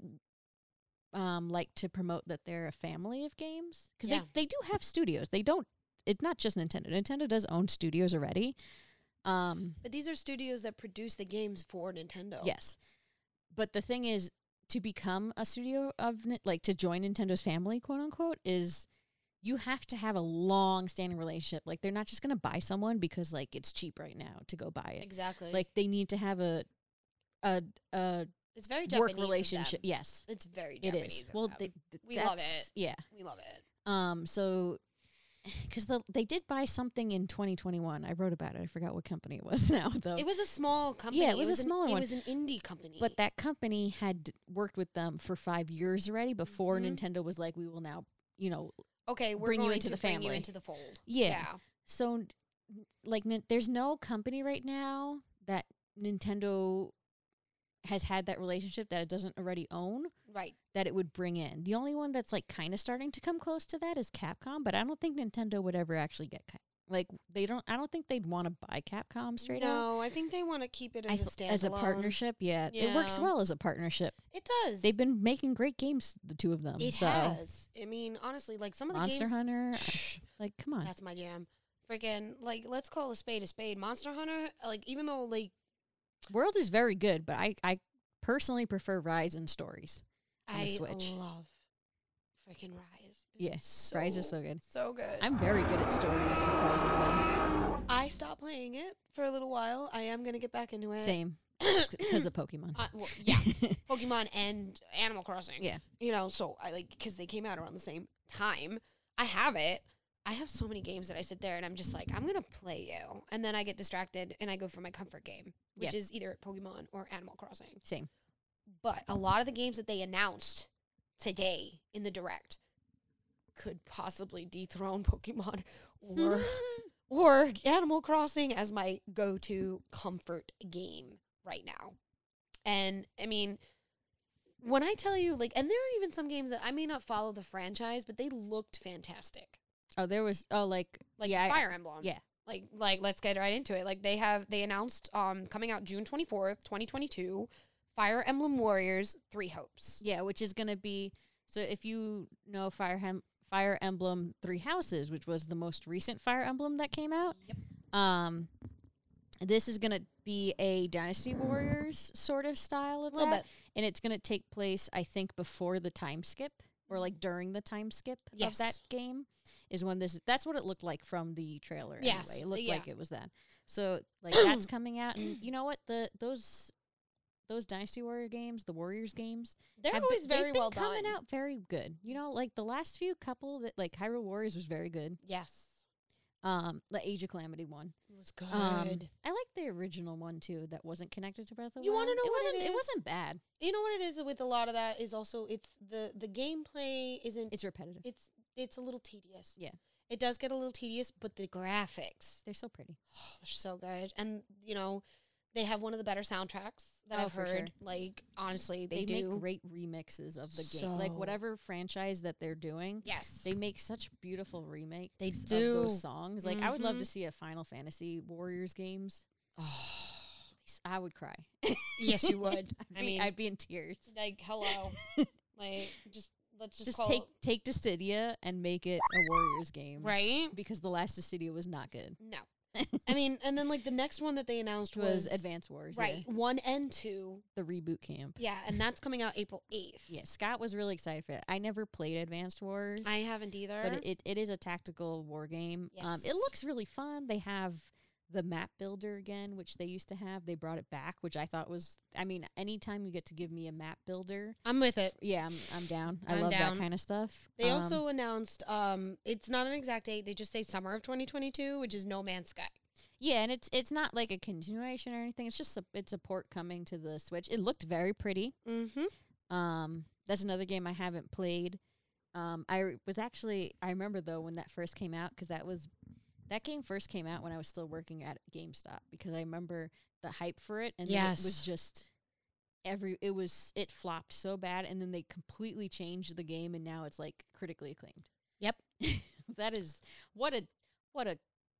um like to promote that they're a family of games because
Yeah.
they they do have studios. They don't. It's not just Nintendo. Nintendo does own studios already. Um,
but these are studios that produce the games for Nintendo.
Yes. But the thing is, to become a studio of Ni- like to join Nintendo's family, quote unquote, is you have to have a long standing relationship. Like they're not just going to buy someone because like it's cheap right now to go buy it.
Exactly.
Like they need to have a a a
it's very
work
Japanese of
relationship.
them.
Yes,
It's very
it
Japanese.
is.
of
Well,
them.
they, th-
We love
that's-
it.
Yeah.
we love it.
Um. So because the, they did buy something in 2021. I wrote about it. I forgot what company it was now though.
It was a small company.
Oh. Yeah, it was a
an-
smaller
It
one.
was an indie company.
but that company had worked with them for five years already before
Mm-hmm.
Nintendo was like, we will now, you know,
okay, we're
bring you
going
into
to
the
bring you
family.
into the fold.
Yeah. So, n- like, nin- there's no company right now that Nintendo has had that relationship that it doesn't already own
right.
that it would bring in. The only one that's like kind of starting to come close to that is Capcom, but I don't think Nintendo would ever actually get Cap- like they don't. I don't think they'd want to buy Capcom straight out.
no, I think they want to keep it
I
as,
th-
a
as a
standalone.
partnership, yeah, it works
Yeah.
well as a partnership.
It does.
They've been making great games, the two of them.
it
so
has. I mean, honestly, like some of the
Monster
games.
Hunter, like, come on,
That's my jam. Freaking like let's call a spade a spade. Monster Hunter, like even though like
World is very good, but I, I personally prefer Rise and Stories. On the
I
Switch.
love freaking Rise.
Yes, Rise is so good.
So good.
I'm very good at stories, surprisingly.
I stopped playing it for a little while. I am gonna get back into it.
Same, because of Pokemon.
I, well, yeah, Pokemon and Animal Crossing.
Yeah.
you know, so I like because they came out around the same time. I have it. I have so many games that I sit there and I'm just like, I'm gonna play you, and then I get distracted and I go for my comfort game, which
Yeah.
is either Pokemon or Animal Crossing.
Same.
But a lot of the games that they announced today in the direct could possibly dethrone Pokemon or or Animal Crossing as my go-to comfort game right now. And I mean, when I tell you like and there are even some games that I may not follow the franchise, but they looked fantastic.
Oh, there was oh like
Like
yeah, I-
Fire Emblem.
yeah.
Like like let's get right into it. Like they have they announced um coming out June 24th, 2022, Fire Emblem Warriors 3 Hopes.
yeah, which is gonna be so if you know Fire Hem- Fire Emblem Three Houses, which was the most recent Fire Emblem that came out. Yep. Um, this is gonna be a Dynasty Warriors sort of style of
Little
that, and it's gonna take place, I think, before the time skip or like during the time skip of that
Yes.
game is when this. That's what it looked like from the trailer.
Yes,
anyway. it looked
yeah.
like it was that. So like that's coming out, and you know what the those. Those Dynasty Warrior games, the Warriors games,
They're
have been-
always very
they've been
well
coming
done.
out very good. You know, like the last few couple that like Hyrule Warriors was very good.
Yes.
Um, the Age of Calamity one.
It was good.
Um, I like the original one too that wasn't connected to Breath of the
You
Wild.
wanna know
it
what it
wasn't
is?
wasn't bad.
you know what it is with a lot of that is also it's the the gameplay isn't
It's repetitive.
it's it's a little tedious.
Yeah.
It does get a little tedious, but the graphics
They're so pretty.
oh, they're so good, and you know they have one of the better soundtracks that
Oh,
I've
for sure.
heard. Like honestly, they, do.
make great remixes of the game. Like
So-
whatever franchise that they're doing.
yes,
They make such beautiful remakes
They
of
do.
those songs. Like I would love
Mhm.
to see a Final Fantasy Warriors games. I would cry.
Oh, yes you would. I
I'd be-
mean,
I'd be in tears.
like hello, like just let's just,
just
call
take take Dissidia and make it a Warriors game,
it, right.
Because the last Dissidia was not good.
No, I mean, and then like the next one that they announced
It was
was,
Advanced Wars, yeah.
right one and two.
The reboot camp.
Yeah, and that's coming out April eighth.
Yeah, Scott was really excited for it. I never played Advanced Wars,
I haven't either.
but it, it, it is a tactical war game. Um, it
Yes.
looks really fun. They have the map builder again, which they used to have. They brought it back, which I thought was. I mean, anytime you get to give me a map builder,
I'm with it.
yeah, I'm I'm down. I
I'm
love
down.
that kind of stuff.
They
Um,
also announced um it's not an exact date. They just say summer of 2022, which is No Man's Sky.
Yeah, and it's it's not like a continuation or anything. It's just a, it's a port coming to the Switch. It looked very pretty.
Mm-hmm.
Um, that's another game I haven't played. Um, I r- was actually I remember though when that first came out because that was that game first came out when I was still working at GameStop because I remember the hype for it and then it was
Yes.
just every it was it flopped so bad and then they completely changed the game and now it's like critically acclaimed.
Yep.
that is what a what a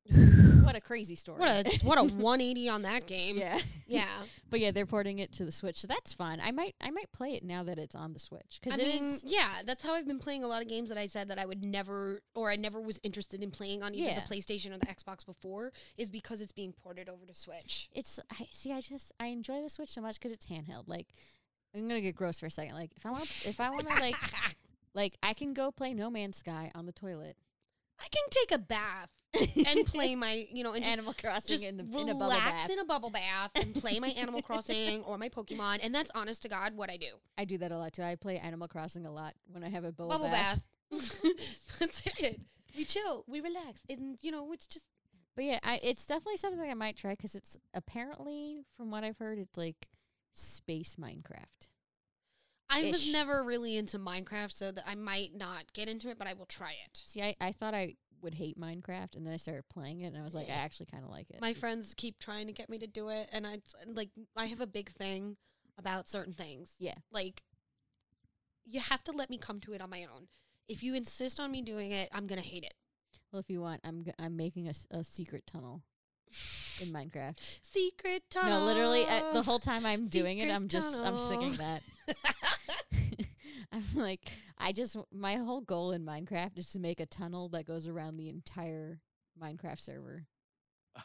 what a crazy story.
What a what a 180 on that game.
yeah.
Yeah.
But yeah, they're porting it to the Switch, so that's fun. I might I might play it now that it's on the Switch
I
because it
mean,
is
yeah, that's how I've been playing a lot of games that I said that I would never or I never was interested in playing on either
Yeah.
the PlayStation or the Xbox before is because it's being ported over to Switch.
it's I see. I just I enjoy the Switch so much because it's handheld. Like I'm gonna get gross for a second. Like if I want if I want to like like I can go play No Man's Sky on the toilet.
I can take a bath and play my, you know, and just
Animal Crossing
just
in the
relax
in a bubble bath.
in a bubble bath and play my Animal Crossing or my Pokemon, and that's honest to God what I do.
I do that a lot too. I play Animal Crossing a lot when I have a bubble,
Bubble
bath.
bath. that's it. we chill, we relax, and you know, it's just
But yeah, I, it's definitely something I might try because it's apparently, from what I've heard, it's like space Minecraft.
I was
Ish.
never really into Minecraft, so that I might not get into it, but I will try it.
See, I, I thought I would hate Minecraft, and then I started playing it, and I was like, I actually kind of like it.
My friends keep trying to get me to do it, and I like I have a big thing about certain things.
yeah,
Like, you have to let me come to it on my own. If you insist on me doing it, I'm gonna hate it.
well, if you want, I'm g- I'm making a, s- a secret tunnel in Minecraft.
Secret tunnel.
No, literally, uh, the whole time I'm doing it,
Ah, Secret
I'm just I'm singing
tunnel.
that. I'm like, I just my whole goal in Minecraft is to make a tunnel that goes around the entire Minecraft server.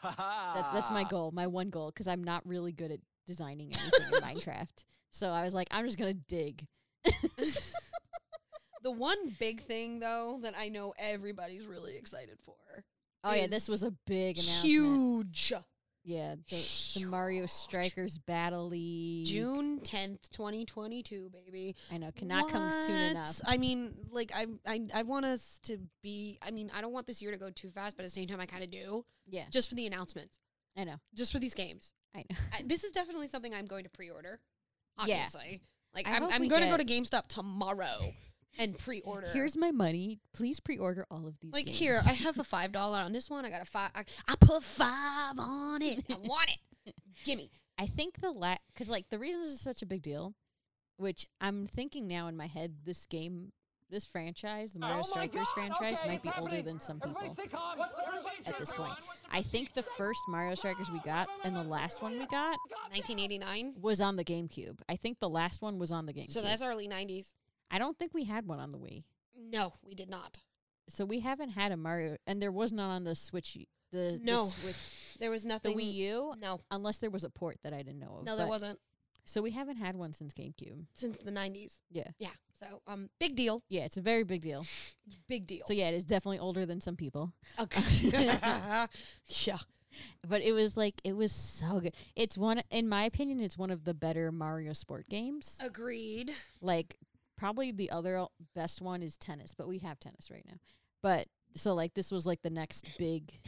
That's that's
Ah.
my goal, my one goal, because I'm not really good at designing anything in Minecraft. So I was like, I'm just gonna dig.
The one big thing though that I know everybody's really excited for.
Oh yeah, this
Is
was a big announcement.
Huge.
Yeah, the, the Mario Strikers Battle League.
June 10th, 2022, baby.
I know cannot come soon
What?
enough.
I mean, like I I I want us to be I mean, I don't want this year to go too fast, but at the same time I kind of do,
Yeah,
just for the announcements,
I know,
just for these games.
I know.
I, this is definitely something I'm going to pre-order.
Yeah.
Obviously. Like
I
I'm
hope
I'm
we
going to go to GameStop tomorrow and pre-order.
Here's my money. Please pre-order all of these.
like
games.
here, I have a five dollar on this one. I got a five. I, I put five on it. I want it. Gimme.
I think the la because like the reason this is such a big deal, which I'm thinking now in my head, this game, this franchise, the
Oh
Mario Strikers franchise, might be older than some people at this point. I think the first Mario Strikers we got and the last one we got
1989.
was on the GameCube. I think the last one was on the GameCube.
So that's early 90s.
I don't think we had one on the Wii,
No, we did not.
so we haven't had a Mario, and there was none on the Switch. y- The
No.
the, Switch,
There was
the
nothing.
Wii U,
No,
unless there was a port that I didn't know of.
no, there
but-
wasn't
So we haven't had one since GameCube.
since the 90s.
Yeah.
Yeah. So, um, big deal.
Yeah, it's a very big deal.
Big deal.
So yeah, it is definitely older than some people.
okay. yeah.
But it was like it was so good. It's one in my opinion, it's one of the better Mario sport games.
Agreed.
Like probably the other o- best one is tennis, but we have tennis right now. But so like this was like the next big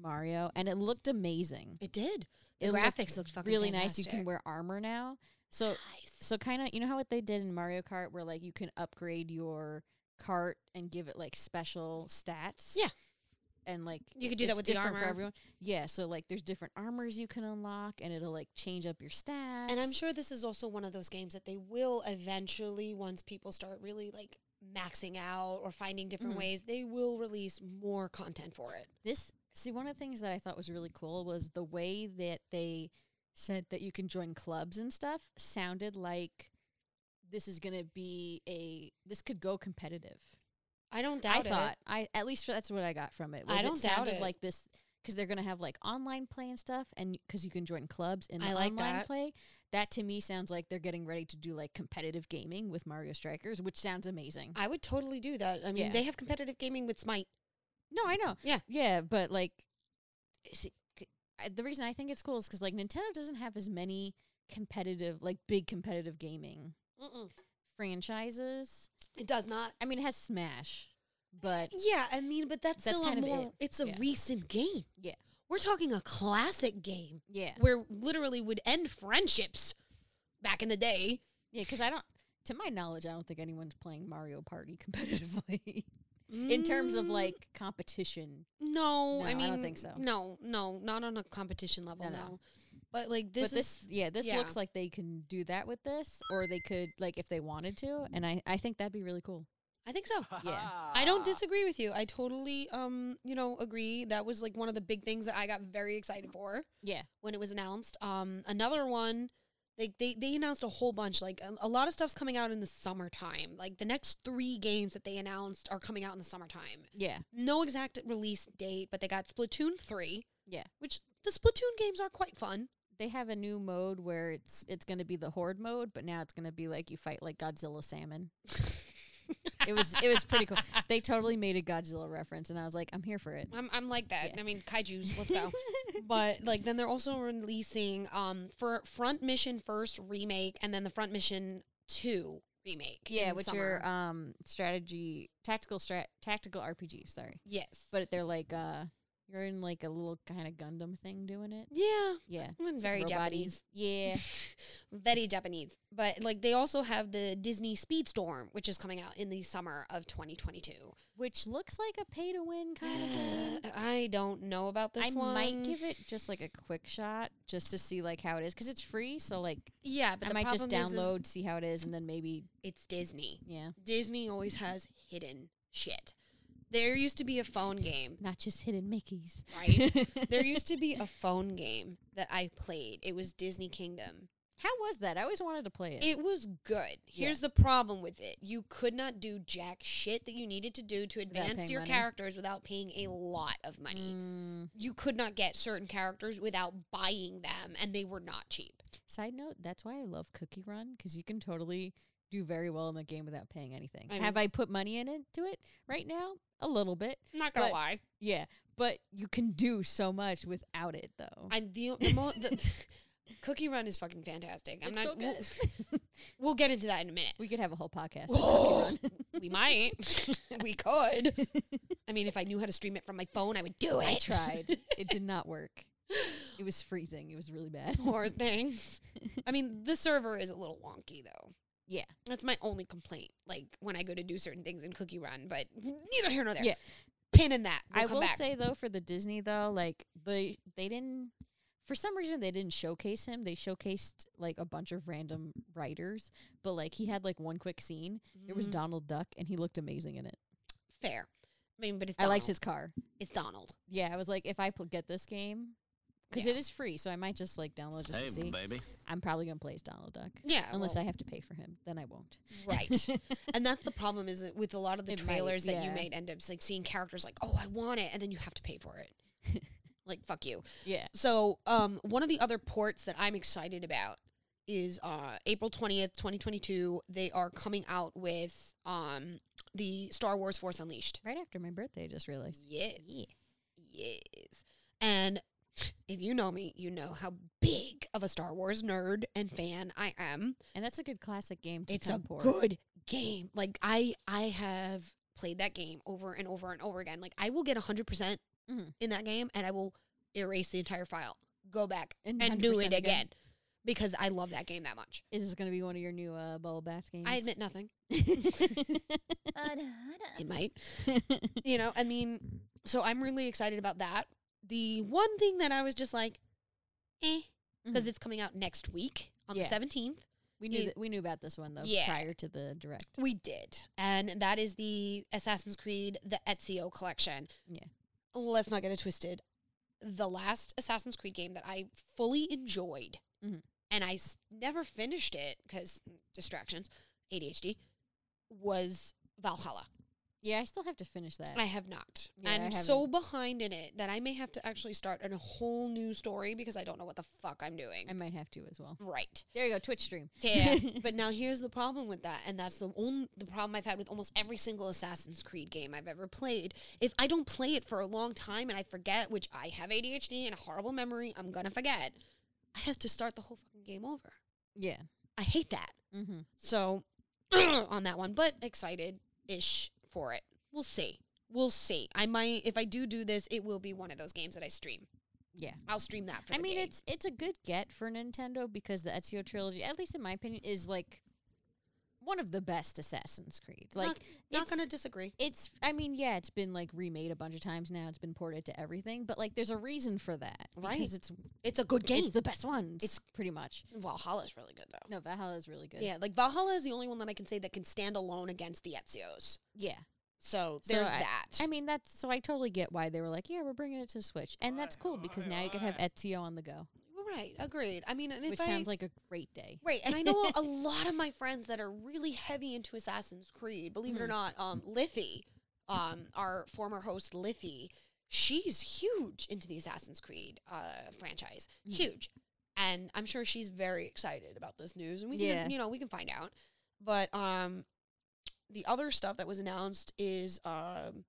Mario and it looked amazing.
It did. The
it
graphics looked fucking
really nice. You can
fantastic.
wear armor now. So so kind of you know how what they did in Mario Kart where like you can upgrade your cart and give it like special stats.
Yeah.
And like
You could do that
it's
with the
different
armor.
for everyone. Yeah, so like there's different armors you can unlock and it'll like change up your stats.
And I'm sure this is also one of those games that they will eventually, once people start really like maxing out or finding different
Mhm.
ways, they will release more content for it.
this see one of the things that I thought was really cool was the way that they said that you can join clubs and stuff sounded like this is going to be a this could go competitive.
I don't doubt
I
it.
thought I at least that's what I got from it.
I
was
don't
it
doubt
sounded
it.
like this because they're gonna have like online play and stuff, and because you can join clubs in the
I like
online
that.
play, that to me sounds like they're getting ready to do like competitive gaming with Mario Strikers, which sounds amazing.
I would totally do that. I mean,
Yeah.
they have competitive gaming with Smite.
no, I know.
Yeah.
yeah, but like, is it, c- I- the reason I think it's cool is because like Nintendo doesn't have as many competitive, like big competitive gaming franchises.
It does not.
I mean, it has Smash, but
Yeah, I mean, but that's,
That's
still
kind
a
of
more.
it.
It's a
Yeah.
recent game.
yeah,
We're talking a classic game
yeah.
where literally would end friendships back in the day.
Yeah, because I don't, to my knowledge, I don't think anyone's playing Mario Party competitively in terms of
Mm,
like competition.
No,
Mm, No,
I
I
mean,
don't think so.
No, no, not on a competition level.
No,
No,
no.
but like this,
but this,
is
yeah, this
yeah.
looks like they can do that with this, or they could like if they wanted to, and I, I think that'd be really cool.
Mm. I think so.
Yeah,
I
Ah.
don't disagree with Ah. you. I totally, um, you know, agree. That was like one of the big things that I got very excited for
yeah,
when it was announced. Um, another one, like they they announced a whole bunch. Like um, a, a lot of stuff's coming out in the summertime. Like the next three games that they announced are coming out in the summertime.
yeah,
No exact release date, but they got Splatoon three,
yeah.
which the Splatoon games are quite fun.
They have a new mode where it's it's going to be the horde mode, but now it's going to be like you fight like Godzilla salmon. It was it was pretty cool. They totally made a Godzilla reference, and I was like, I'm here for it.
I'm I'm like that.
Yeah.
I mean, kaiju's. Let's go. but like then they're also releasing um for front mission first remake and then the front mission 2 remake.
Yeah,
in
which
summer.
are um strategy tactical strat tactical RPGs, sorry.
yes,
But they're like uh you're in like a little kind of Gundam thing doing it.
yeah,
Yeah.
I'm
It's
Mm-hmm. very
robot-y.
Japanese.
Yeah.
very Japanese. But like they also have the Disney Speedstorm, which is coming out in the summer of 2022.
Which looks like a pay to win kind of game.
I don't know about this
I
one.
might give it just like a quick shot just to see like how it is because it's free. So like
yeah, but
I
the
might just
problem is- is
download, see how it is, and then maybe
it's Disney.
yeah,
Disney always has hidden shit. There used to be a phone game,
not just hidden Mickey's.
right? there used to be a phone game that I played. It was Disney Kingdom.
How was that? I always wanted to play it.
It was good. Here's the problem with it. You could not do jack shit that you needed to do to advance
paying
your
money.
characters without paying a lot of money.
Mm,
you could not get certain characters without buying them and they were not cheap.
side note: That's why I love Cookie Run because you can totally do very well in the game without paying anything.
I
Have I put money in it to it right now? A little bit,
I'm not gonna
But-
lie.
yeah. But you can do so much without it, though.
And the, the, mo- the Cookie Run is fucking fantastic. I'm
It's
not
so
we'll,
good.
we'll get into that in a minute.
we could have a whole podcast.
Oh, we might. we could. I mean, if I knew how to stream it from my phone, I would do it.
I tried. It did not work. It was freezing. It was really bad.
Poor things. I mean, the server is a little wonky though.
Yeah.
That's my only complaint. Like when I go to do certain things in Cookie Run, but neither here nor there.
Yeah.
Pin in that. We'll
I
come
will
back.
say though, for the Disney though, like they they didn't for some reason they didn't showcase him. They showcased like a bunch of random writers, but like he had like one quick scene. It was
Mhm.
Donald Duck, and he looked amazing in it.
fair. I mean, but it's
I liked
Donald.
his car.
It's Donald.
Yeah, I was like, if I pl- get this game, because
Yeah.
it is free, so I might just like download just to see.
baby.
I'm probably gonna play as Donald Duck.
Yeah,
Unless
well,
I have to pay for him, then I won't.
right, and that's the problem is that with a lot of the
It might,
trailers that you
yeah.
might end up like seeing characters like, oh, I want it, and then you have to pay for it. like fuck you.
Yeah.
So, um, one of the other ports that I'm excited about is uh April twentieth, twenty twenty two. They are coming out with um the Star Wars Force Unleashed.
Right after my birthday, I just realized.
Yes. Yes. And if you know me, you know how big of a Star Wars nerd and fan I am.
And that's a good classic game to
it's a
come for.
good game. Like I I have played that game over and over and over again. Like I will get 100% percent
Mhm.
in that game and I will erase the entire file. Go back
And
and, do
100%
it
again.
again. because I love that game that much.
Is this going to be one of your new uh, bubble bath games?
I admit nothing. It might. you know, I mean, so I'm really excited about that. The one thing that I was just like eh because
Mhm.
it's coming out next week on
Yeah.
the 17th.
we knew
it-
that we knew about this one though
Yeah.
prior to the direct.
We did. And that is the Assassin's Creed, the Ezio collection.
Yeah.
Let's not get it twisted. The last Assassin's Creed game that I fully enjoyed,
Mhm.
and I s- never finished it because distractions, ADHD, was Valhalla.
Yeah, I still have to finish that.
I have not.
Yeah, I
I'm so
haven't.
behind in it that I may have to actually start a whole new story because I don't know what the fuck I'm doing.
I might have to as well.
right.
There you go, Twitch stream.
Yeah, but now here's the problem with that, and that's the only the problem I've had with almost every single Assassin's Creed game I've ever played. If I don't play it for a long time and I forget, which I have ADHD and a horrible memory, I'm gonna forget. I have to start the whole fucking game over.
Yeah.
I hate that.
Mm-hmm.
So on that one, but excited ish for it. We'll see. We'll see. I might if I do do this, it will be one of those games that I stream.
Yeah.
I'll stream that for.
I
the
mean,
game.
it's it's a good get for Nintendo because the Ezio trilogy, at least in my opinion, is like one of the best Assassin's Creed. Like,
not, not
it's-
gonna disagree.
It's. I mean, yeah, it's been like remade a bunch of times now. It's been ported to everything, but like, there's a reason for that
Right.
because it's
It's a good game.
it's the best ones. It's pretty much.
Valhalla's really good though.
No, Valhalla is really good.
Yeah, like Valhalla is the only one that I can say that can stand alone against the Ezios.
Yeah.
So there's
I-
that.
I mean, that's so I totally get why they were like, yeah, we're bringing it to Switch, and that's cool because now you can have Ezio on the go,
right, agreed. I mean, and if
which
I,
sounds like a great day.
right, and I know a lot of my friends that are really heavy into Assassin's Creed. Believe it or not, um, Lithy, um, our former host Lithy, she's huge into the Assassin's Creed uh, franchise, huge, and I'm sure she's very excited about this news. And we,
Yeah.
can, you know, we can find out. But um, the other stuff that was announced is um,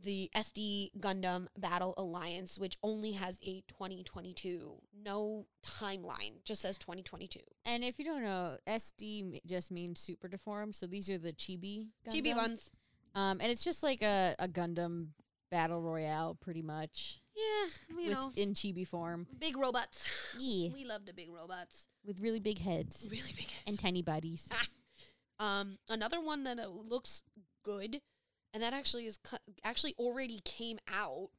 the SD Gundam Battle Alliance, which only has a 2022, no timeline, just says 2022.
And if you don't know, SD m- just means super deformed. So these are the chibi Gundams.
GB ones.
Um, and it's just like a, a Gundam battle royale, pretty much,
Yeah, you
with,
know,
in chibi form.
big robots.
Yeah,
We love the big robots.
with really big heads
Really big
and tiny bodies.
Ah. Um, another one that uh, looks good, and that actually is cu- actually already came out.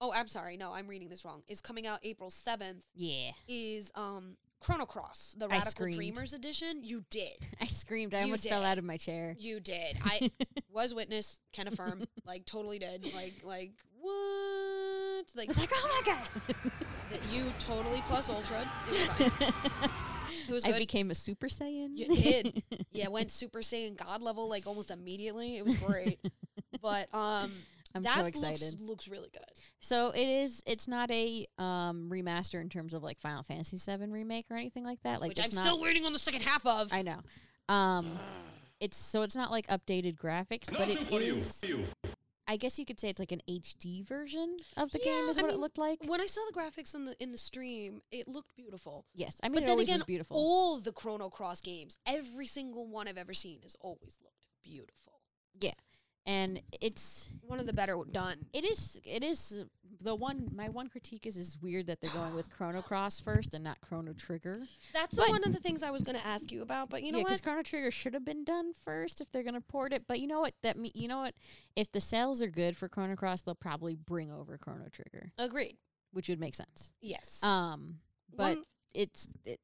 Oh, I'm sorry. No, I'm reading this wrong. Is coming out April seventh.
Yeah,
Is um Chrono Cross the
I
Radical
screamed.
Dreamers edition? You did,
I screamed. I
You
almost fell
did.
out of my chair.
you did. I was witness. Can affirm. Like totally did. Like like what? Like
It's like, oh my god!
that you totally plus ultra. It was fine. It was
I
good.
became a Super Saiyan.
You did. yeah, went Super Saiyan God level like almost immediately. It was great. but um
I'm
that
so
looks-
excited.
Looks, really good.
So it is. It's not a um, remaster in terms of like Final Fantasy VII remake or anything like that. Like
Which
it's
I'm
not,
still waiting on the second half of.
I know. Um, it's so it's not like updated graphics, but it is. I guess you could say it's like an HD version of the game
Yeah,
is
I
what it
mean,
looked like.
when I saw the graphics in the in the stream, it looked beautiful.
yes, I mean
But
it
then
always
again,
was beautiful.
all the Chrono Cross games, every single one I've ever seen has always looked beautiful.
yeah, and it's
One of the better done.
it is it is uh, the one. My one critique is it's weird that they're going with Chrono Cross first and not Chrono Trigger.
That's
But-
one of the things I was going to ask you about, but you know
yeah,
what?
because Chrono Trigger should have been done first if they're gonna port it. But you know what? That me, you know what? If the sales are good for Chrono Cross, they'll probably bring over Chrono Trigger,
Agreed.
which would make sense.
Yes.
Um, but
One-
it's it,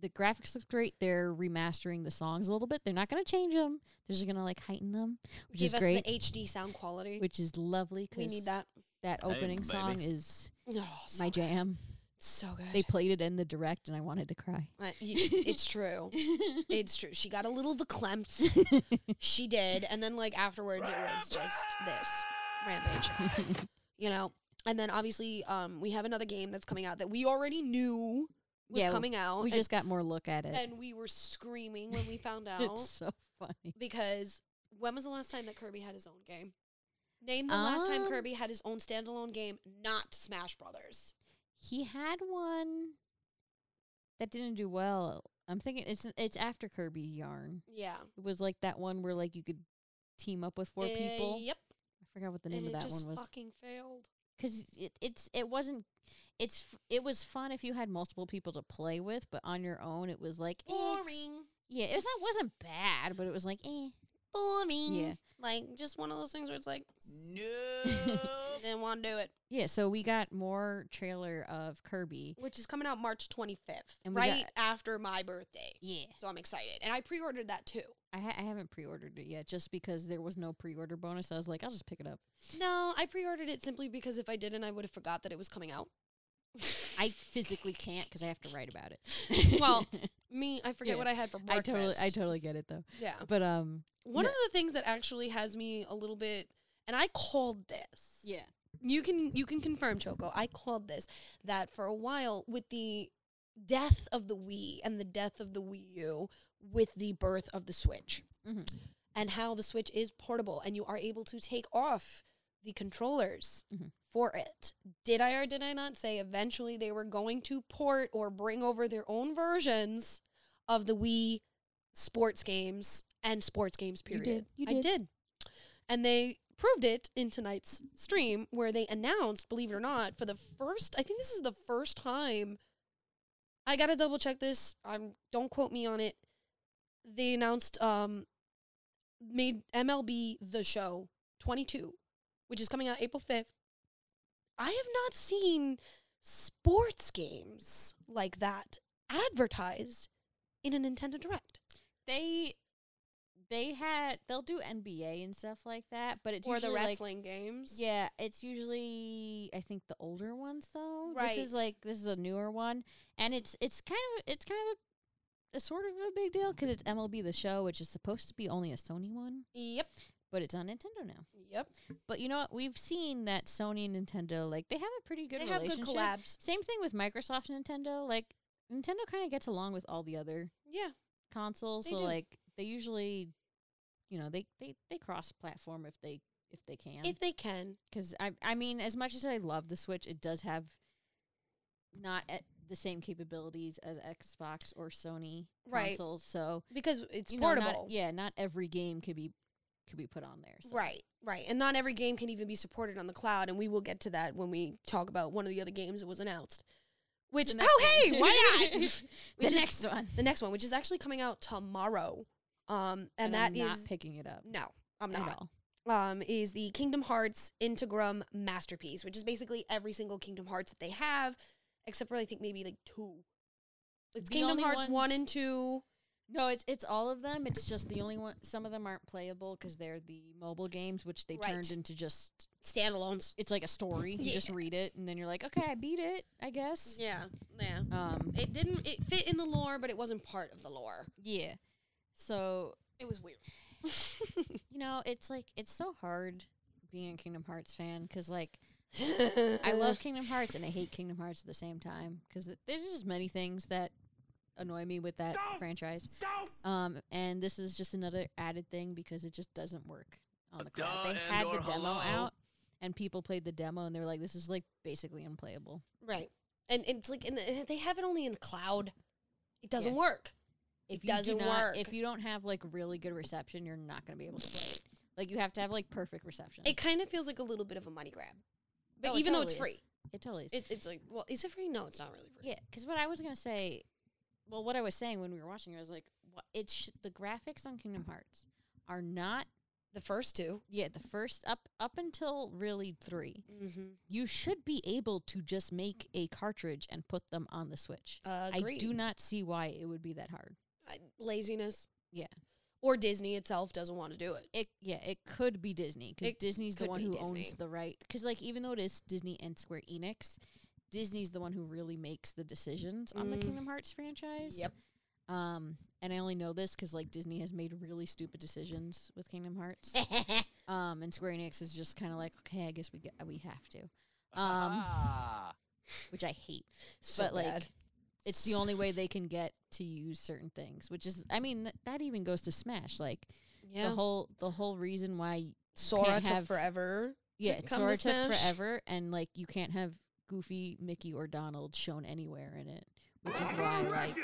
the graphics look great. They're remastering the songs a little bit. They're not going to change them. They're just going to like heighten them, which
Give
is
us
great,
the HD sound quality.
which is lovely
we
because
need that.
that
Hey,
opening
baby.
song is
Oh, so
my
good.
jam.
So good.
They played it in the direct, and I wanted to cry.
Uh, y- it's true. It's true. She got a little verklempt. she did, and then like afterwards, it was just this rampage. you know, and then obviously, um, we have another game that's coming out that we already knew was
Yeah,
coming out.
we
Oh, and,
just got more look at it.
and we were screaming when we found out
It's so funny.
because when was the last time that Kirby had his own game? Name the last time
Um,
Kirby had his own standalone game, not Smash Brothers.
He had one that didn't do well. I'm thinking it's it's after Kirby Yarn.
Yeah,
It was like that one where like you could team up with four
Uh,
people.
Yep,
I forgot what the
and
name
it
of that
just
one was.
fucking failed.
because it, it's it wasn't it's f- it was fun if you had multiple people to play with, but on your own it was like eh.
Boring.
yeah, it was not wasn't bad, but it was like eh.
boring.
Yeah.
Like just one of those things where it's like, didn't want to do it.
Yeah, so we got more trailer of Kirby.
Which is coming out March 25th,
And we
right
got-
after my birthday.
Yeah,
So I'm excited, and I pre-ordered that too.
I ha- I haven't pre-ordered it yet, just because there was no pre-order bonus. I was like, I'll just pick it up.
No, I pre-ordered it simply because if I didn't, I would have forgot that it was coming out.
I physically can't because I have to write about it.
Well, me, I forget
Yeah.
what I had for
I
breakfast.
totally I totally get it though.
yeah.
But um,
One
No.
of the things that actually has me a little bit, and I called this.
yeah,
you can you can confirm choco i called this that for a while with the death of the wii and the death of the wii u with the birth of the switch
Mhm.
and how the switch is portable and you are able to take off the controllers
Mhm.
for it did i or did i not say eventually they were going to port or bring over their own versions of the wii sports games and sports games
You did.
period
You
i
did.
did and they proved it in tonight's stream where they announced, believe it or not, for the first I think this is the first time I gotta double check this. I'm don't quote me on it. They announced um made MLB the show twenty two, which is coming out April fifth. I have not seen sports games like that advertised in a Nintendo Direct.
they they had they'll do NBA and stuff like that, but it's
or the
usually like
wrestling games.
Yeah, it's usually I think the older ones though. This is
Right.
like this is a newer one, and it's it's kind of it's kind of a, a sort of a big deal because it's MLB the Show, which is supposed to be only a Sony one,
Yep.
but it's on Nintendo now.
Yep.
But you know what? We've seen that Sony and Nintendo like they have a pretty good
they have good
relationship.
collabs.
Same thing with Microsoft and Nintendo. Like Nintendo kind of gets along with all the other
Yeah.
consoles,
They
so
do.
like they usually, you know, they they they cross platform if they if they can.
if they can.
Because I, I mean, as much as I love the Switch, it does have not at the same capabilities as Xbox or Sony
Right.
consoles. So
Because it's
you know, not-
portable.
yeah, not every game could be could be put on there. So.
Right, right. And not every game can even be supported on the cloud, and we will get to that when we talk about one of the other games that was announced. Which
The next
oh hey,
one.
why not?
the
Which is-
next one,
the next one, which is actually coming out tomorrow. Um and, that
I'm
is
not picking it up
no, I'm
at
not.
all.
Um is the Kingdom Hearts Integrum Masterpiece, which is basically every single Kingdom Hearts that they have, except for I think maybe like two. It's
The
Kingdom
only
Hearts one
ones-
and two.
No, it's it's all of them. It's just the only one. Some of them aren't playable because they're the mobile games, which they
Right.
turned into just
Standalones.
it's like a story. You just read it, and then you're like, okay, I beat it, I guess.
Yeah. Yeah.
Um,
It didn't it fit in the lore, but it wasn't part of the lore.
yeah. So
It was weird.
you know, it's like it's so hard being a Kingdom Hearts fan because like I love Kingdom Hearts and I hate Kingdom Hearts at the same time because there's just many things that annoy me with that franchise. Um, and this is just another added thing because it just doesn't work on the cloud.
Duh
They had
and/or
the demo
hello.
out and people played the demo and they were like, "This is like basically unplayable."
Right. And, and it's like, and and they have it only in the cloud. It doesn't
Yeah.
work.
If
It
you do
doesn't
not-
work.
If you don't have like really good reception, you're not going to be able to play it. Like you have to have like perfect reception.
It kind of feels like a little bit of a money grab. But
Oh, it
even though it's
totally is.
free,
It totally is.
it, it's like, well, is it free? No, it's not really free.
Yeah, because what I was gonna say, well, what I was saying when we were watching, it, I was like, what, it sh- the graphics on Kingdom Hearts are not.
The first two.
Yeah, the first up up until really three,
Mm-hmm.
you should be able to just make a cartridge and put them on the Switch.
Agreed.
I do not see why it would be that hard.
Uh, I- laziness.
Yeah.
Or Disney itself doesn't want to do it.
It yeah, it could be Disney because
It
Disney's the
could
one
be
who
Disney.
owns the right. Because like even though it is Disney and Square Enix, Disney's the one who really makes the decisions on the
Mm.
Kingdom Hearts franchise. Um, and I only know this because like Disney has made really stupid decisions with Kingdom Hearts. um, and Square Enix is just kind of like, okay, I guess we get, we have to, um,
Ah.
which I hate.
So
but like,
bad.
it's the only way they can get to use certain things, which is, I mean, th- that even goes to Smash. Like
yeah.
the whole the whole reason why
Sora
can't
took
have-
forever.
yeah
come
Sora
to
took
Smash.
forever, and like you can't have Goofy, Mickey, or Donald shown anywhere in it, which is why like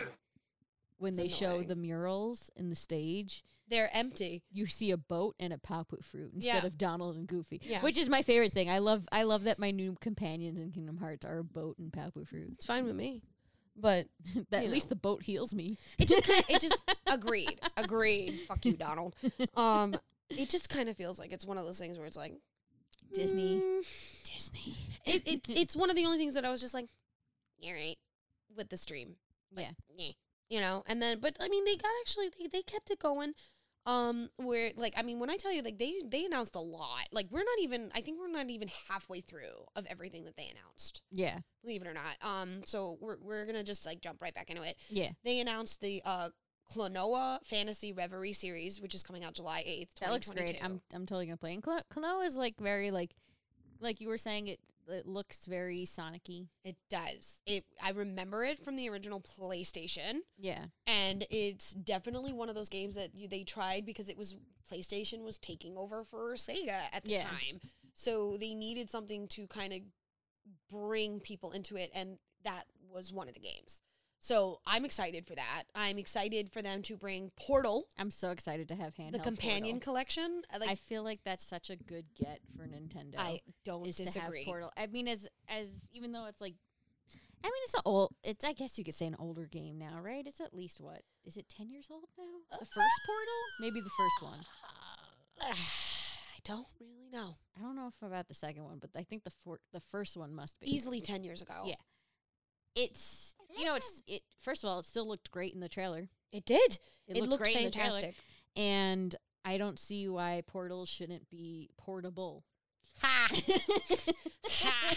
when
It's
they show
annoying.
the murals in the stage
They're empty.
you see a boat and a pop with fruit instead
Yeah.
of Donald and Goofy,
Yeah.
which is my favorite thing. I love I love that my new companions in Kingdom Hearts are a boat and pop with fruit.
It's fine with me. But
that
You
at least
know.
the boat heals me.
It just kind of, it just agreed, agreed. Fuck you, Donald. Um, it just kind of feels like it's one of those things where it's like
Disney.
mm,
Disney.
It, it's it's one of the only things that I was just like, all right, with the stream,
Yeah.
yeah, you know. And then, but I mean, they got actually they, they kept it going. Um, where like I mean, when I tell you like they they announced a lot. Like we're not even I think we're not even halfway through of everything that they announced.
Yeah.
Believe it or not. Um, so we're we're gonna just like jump right back into it
Yeah.
they announced the uh Klonoa Fantasy Reverie series, which is coming out July eighth.
That looks great. I'm I'm totally gonna play. And Klo- Klonoa is like very like like you were saying it it looks very Sonic-y.
It does. It. I remember it from the original PlayStation,
Yeah.
and it's definitely one of those games that you, they tried because it was PlayStation was taking over for Sega at the
Yeah.
time, so they needed something to kind of bring people into it, and that was one of the games. So I'm excited for that. I'm excited for them to bring Portal,
I'm so excited to have handheld.
the companion
Portal.
collection. Uh, Like
I feel like that's such a good get for Nintendo.
I don't
is to have
disagree.
Portal. I mean, as as even though it's like, I mean, it's an old. It's I guess you could say an older game now, right? It's at least what is it ten years old
Uh,
now? The first Portal, maybe the first one.
I don't really know.
I don't know if about the second one, but I think the for- the first one must be
Easily ten years ago.
Yeah. It's you know, it's it. First of all, it still looked great in the trailer.
it did. It,
It looked
looked,
great in the trailer.
fantastic.
and I don't see why portals shouldn't be portable.
Ha! ha!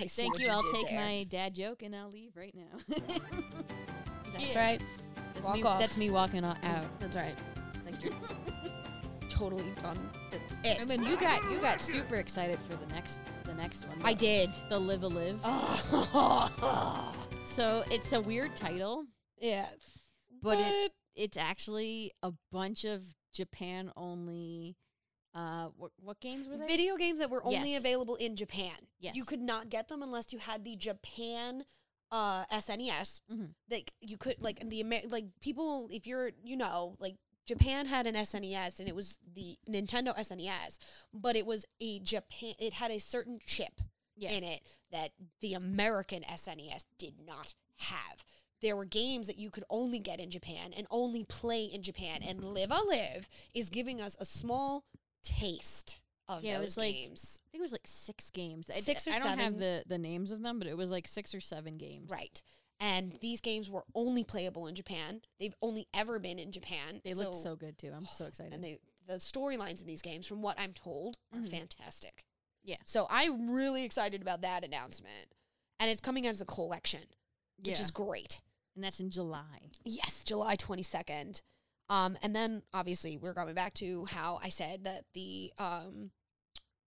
I see
Thank
what
you. I'll
did
take
there.
my dad joke and I'll leave right now.
That's
Yeah.
right.
that's
Walk
me,
off.
That's me walking o- out.
That's right. Like you're totally done. That's it.
And then you got you got super excited for the next the next one.
I
the-
did.
the Live a Live. So it's a weird title,
yes.
but it, it's actually a bunch of Japan only Uh, what, what games were they?
Video games that were only
Yes.
available in Japan.
Yes.
You could not get them unless you had the Japan uh SNES.
Mhm.
Like you could like the Amer- like people if you're you know like Japan had an SNES and it was the Nintendo SNES, but it was a Japan it had a certain chip
Yeah.
in it that the American SNES did not have. There were games that you could only get in Japan and only play in Japan, and Live a Live is giving us a small taste of
Yeah, it
those
was like-
games.
I think it was like six games. I,
Six or
I don't
seven.
have the, the names of them, but it was like six or seven games.
Right. And these games were only playable in Japan. They've only ever been in Japan.
They looked so good too. I'm so excited.
and they the storylines in these games, from what I'm told, are fantastic.
Yeah.
So I'm really excited about that announcement. And it's coming out as a collection,
yeah.
which is great.
and that's in July.
Yes, July 22nd. Um, and then obviously we're going back to how I said that the um,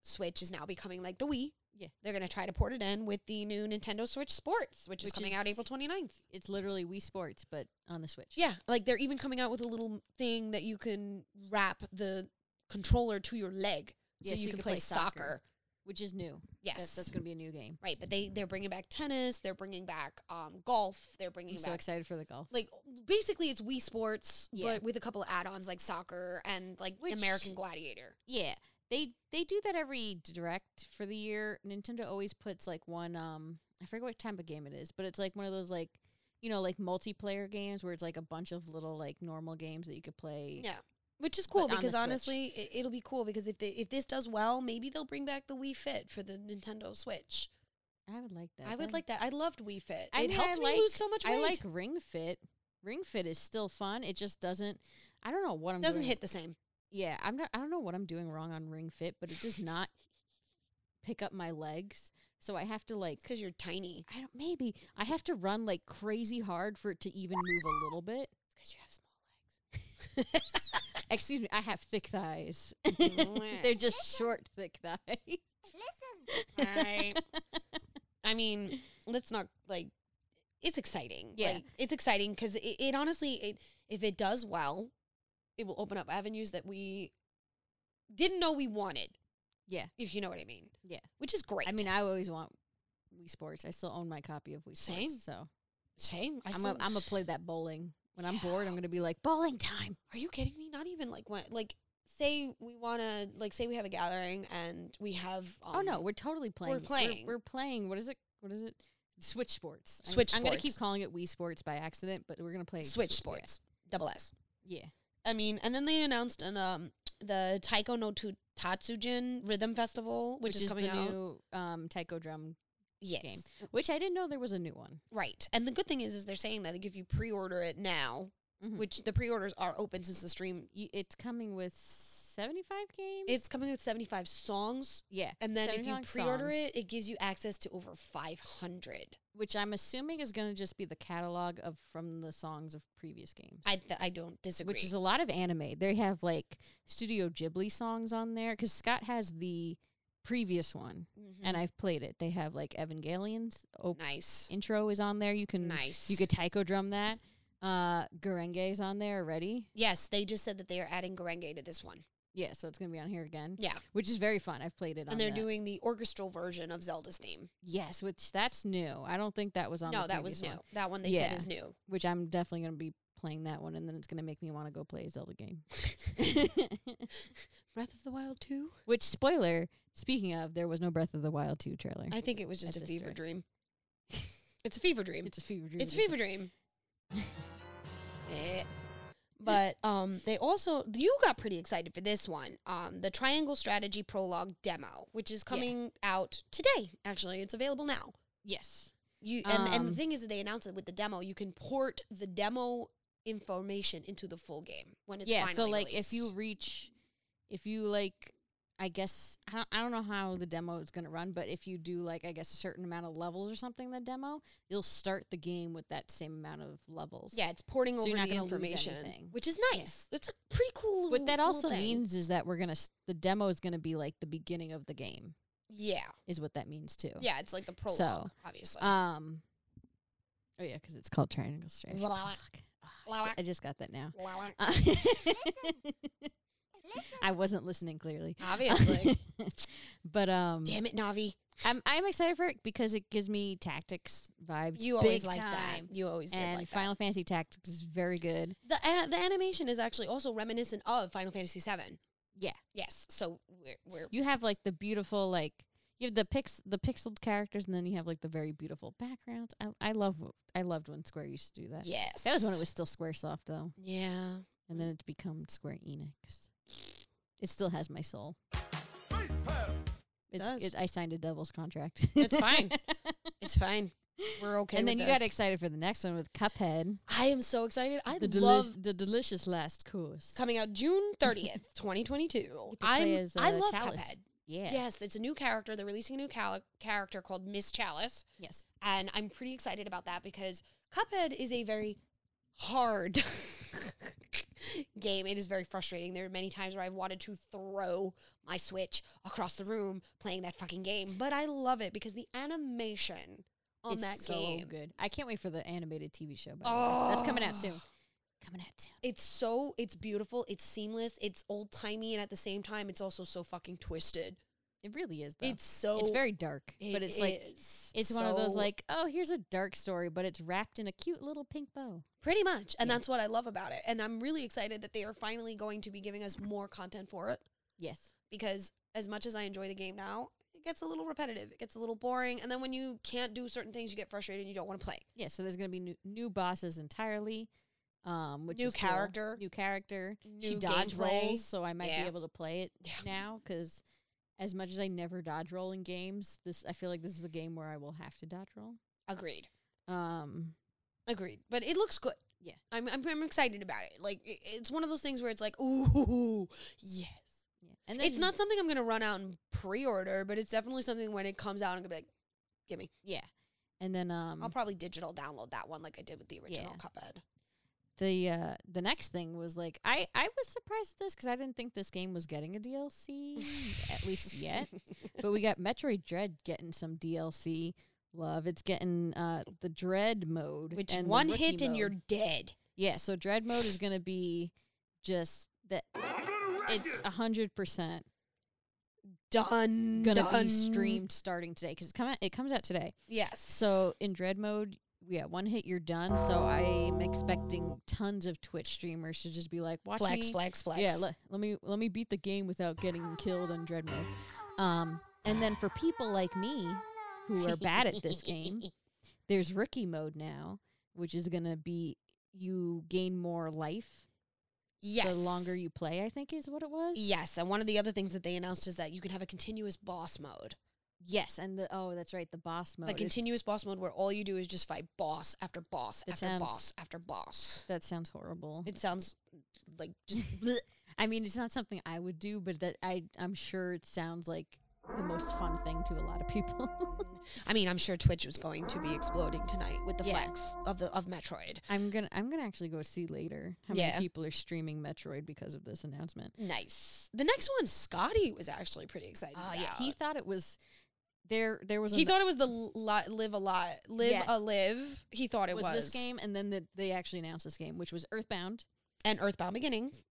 Switch is now becoming like the Wii.
Yeah.
They're going to try to port it in with the new Nintendo Switch Sports, which, is
Which
coming out
is-
April 29th.
It's literally Wii Sports, but on the Switch.
Yeah, like they're even coming out with a little thing that you can wrap the controller to your leg
Yeah,
so, you, can, play, soccer.
Which is new.
Yes.
That, that's going to be a new game.
right, but they they're bringing back tennis, they're bringing back um, golf, they're bringing
I'm so
back
excited for the golf.
like basically it's Wii Sports,
Yeah.
but with a couple of add-ons like soccer and like
Which-
American Gladiator.
Yeah. They they do that every direct for the year. Nintendo always puts like one um I forget what type of game it is, but it's like one of those like you know, like multiplayer games where it's like a bunch of little like normal games that you could play.
Yeah, which is cool
But on the
because
Switch.
honestly, it, it'll be cool because if they, if this does well, maybe they'll bring back the Wii Fit for the Nintendo Switch.
I would like that.
I would
That'd-
like that. I loved Wii Fit.
I
it
mean,
helped
I
me
like,
lose so much weight.
I like Ring Fit. Ring Fit is still fun. It just doesn't I don't know what I'm
doesn't
doing-
hit the same.
Yeah, I'm not I don't know what I'm doing wrong on Ring Fit, but it does not pick up my legs. So I have to like
It's because you're tiny.
I don't maybe I have to run like crazy hard for it to even move a little bit.
Because you have small
Excuse me, I have thick thighs.
Mwah.
They're just short thick thighs.
legs. I mean, let's not like. It's exciting.
Yeah.
like, it's exciting because it, it honestly, it if it does well, it will open up avenues that we didn't know we wanted.
Yeah.
If you know what I mean.
Yeah.
Which is great.
I mean, I always want Wii Sports. I still own my copy of Wii Sports.
Same.
So
same. I
I am
still,
gonna I'm gonna play that bowling. When I'm bored, I'm gonna be like bowling time.
Are you kidding me? Not even like when like say we want to like say we have a gathering and we have um,
oh no, we're totally playing.
playing.
We're, playing. What is it? What is it? Switch Sports. I'm-
Switch
I'm, gonna keep
Sports.
calling it Wii Sports by accident, but we're gonna play
Switch
Swi-
Sports double S.
Yeah. yeah.
I mean, and then they announced an um the Taiko no Tu- Tatsujin Rhythm Festival, which, is, coming
the
out.
new um, taiko drum
yes.
game, which I didn't know there was a new one.
Right. And the good thing is is they're saying that if you pre-order it now,
Mhm.
which the pre-orders are open since the stream
You, it's coming with 75 games.
it's coming with 75 songs
yeah,
and then if you
75
pre-order
songs,
it, it gives you access to over 500.
which I'm assuming is going to just be the catalog of from the songs of previous games.
I th- I don't disagree.
which is a lot of anime. They have like Studio Ghibli songs on there because Scott has the previous one,
Mm-hmm.
and I've played it. They have like Evangelion's op-
Mm. nice.
intro is on there. You can
Nice.
You could taiko drum that. Uh, Gurenge's on there already.
Yes, they just said that they are adding Gorenge to this one.
Yeah, so it's gonna be on here again.
Yeah.
which is very fun. I've played it. on
And they're
the-
doing the orchestral version of Zelda's theme.
yes, which that's new. I don't think that was on.
No,
the
that was
previous
new.
one,
That one they
Yeah.
said is new.
which I'm definitely gonna be playing that one, and then it's gonna make me want to go play a Zelda game.
Breath of the Wild 2?
which spoiler. Speaking of, there was no Breath of the Wild two trailer.
I think it was just
At
a
this
fever
direct.
dream. it's a fever dream.
it's a fever dream.
It's a fever dream. Eh. but um, they also you got pretty excited for this one, um, the Triangle Strategy Prologue demo, which is coming out today. Actually, it's available now.
Yes.
You and, and the
Um,
thing is that they announced it with the demo. You can port the demo information into the full game when it's
yeah.
Finally
So like, if you
released.
reach, if you like, I guess I don't, I don't know how the demo is gonna run, but if you do like, I guess a certain amount of levels or something, in the demo, you'll start the game with that same amount of levels.
yeah, it's porting
so
over
you're not
the
gonna lose
information,
anything.
which is
Yeah.
nice. It's a pretty cool.
What that
little
also
thing.
means is that we're gonna s- the demo is gonna be like the beginning of the game
yeah,
is what that means too.
yeah, it's like the prologue, obviously.
Um. Oh yeah, because it's called Triangle Strategy.
Blah.
Fuck. Ah, I ju- I just got that now.
Blah, blah.
Uh, I wasn't listening clearly.
Obviously.
but um
Damn it, Navi.
I'm I'm excited for it because it gives me tactics vibes.
You
big
always like that.
time.
You always did
And
like
Final Fantasy Tactics is very good.
that. The, a the animation is actually also reminiscent of Final Fantasy VII.
Yeah.
Yes. So we're, we're
You have like the beautiful like you have the pix the pixeled characters and then you have like the very beautiful backgrounds. I I love I loved when Square used to do that.
yes.
That was when it was still SquareSoft though.
Yeah.
And then it's become Square Enix. It still has my soul. It's,
Does.
it, I signed a devil's contract.
It's fine. It's fine. We're okay.
and
with
then you
this.
got excited for the next one with Cuphead.
I am so excited. I
the,
love
deli- the delicious last course.
coming out June thirtieth, twenty twenty two.
to
I
play as,
I
uh,
love
Chalice.
Cuphead.
yeah.
Yes, it's a new character. They're releasing a new cal- character called Miss Chalice,
Yes.
and I'm pretty excited about that because Cuphead is a very hard game. It is very frustrating. There are many times where I've wanted to throw my Switch across the room playing that fucking game, but I love it because the animation on
it's
that
so
game Oh.
good. I can't wait for the animated TV show. By the way. That's coming out soon. Coming out soon.
it's so it's beautiful it's seamless it's old timey and at the same time it's also so fucking twisted
It really is. Though.
it's so
it's very dark,
it
but it's like
is
it's one of those
so-
like oh here's a dark story, but it's wrapped in a cute little pink bow.
pretty much and
Yeah.
that's what i love about it and i'm really excited that they are finally going to be giving us more content for it
Yes.
because as much as i enjoy the game now it gets a little repetitive it gets a little boring and then when you can't do certain things you get frustrated and you don't want to play
Yeah. So there's gonna be new, new bosses entirely. Um, which
New
is cool.
character.
new character. she
New
dodge
gameplay.
rolls, so I might
Yeah.
be able to play it
Yeah.
now because. As much as I never dodge roll in games, this I feel like this is a game where I will have to dodge roll.
agreed
Um,
agreed but it looks good
Yeah.
i'm, I'm, I'm excited about it like it, it's one of those things where it's like ooh yes
yeah. and
it's not something I'm gonna run out and pre-order, but it's definitely something when it comes out, I'm gonna be like, "Give me."
Yeah. And then um
I'll probably digital download that one, like I did with the original
Yeah.
Cuphead.
the uh the next thing was like I I was surprised at this cuz I didn't think this game was getting a DLC at least yet. But we got Metroid Dread getting some DLC love. It's getting uh the Dread mode
Which
and the
one
Rookie
hit and you're
mode.
dead.
Yeah, so Dread mode is going to be just that it's a 100%
Done.
going to
done.
be streamed starting today cuz it come out, it comes out today.
Yes.
So in dread mode, yeah, one hit you're done. So I'm expecting tons of Twitch streamers to just be like, watch
flex,
me.
flex, flex.
Yeah, let, let me let me beat the game without getting killed on dread mode. Um, and then for people like me who are bad at this game, there's rookie mode now, which is gonna be you gain more life
yes.
the longer you play. I think is what it was.
Yes, and one of the other things that they announced is that you can have a continuous boss mode.
Yes, and the oh, that's right, the boss mode.
Like
It's-
continuous boss mode where all you do is just fight boss after boss
That
after
sounds-
boss after boss.
that sounds horrible.
It sounds like just
I mean, it's not something I would do, but that I I'm sure it sounds like the most fun thing to a lot of people.
I mean, I'm sure Twitch was going to be exploding tonight with the
Yeah.
flex of the of Metroid.
I'm gonna I'm gonna actually go see later how
Yeah.
many people are streaming Metroid because of this announcement.
Nice. The next one, Scotty was actually pretty excited. about.
Uh, he
Oh, he,
thought it was there. There was an-
thought it was the li- live a lot, live
Yes.
a live. He thought it was,
was this game, and then the, they actually announced this game, which was Earthbound.
and Earthbound Beginnings.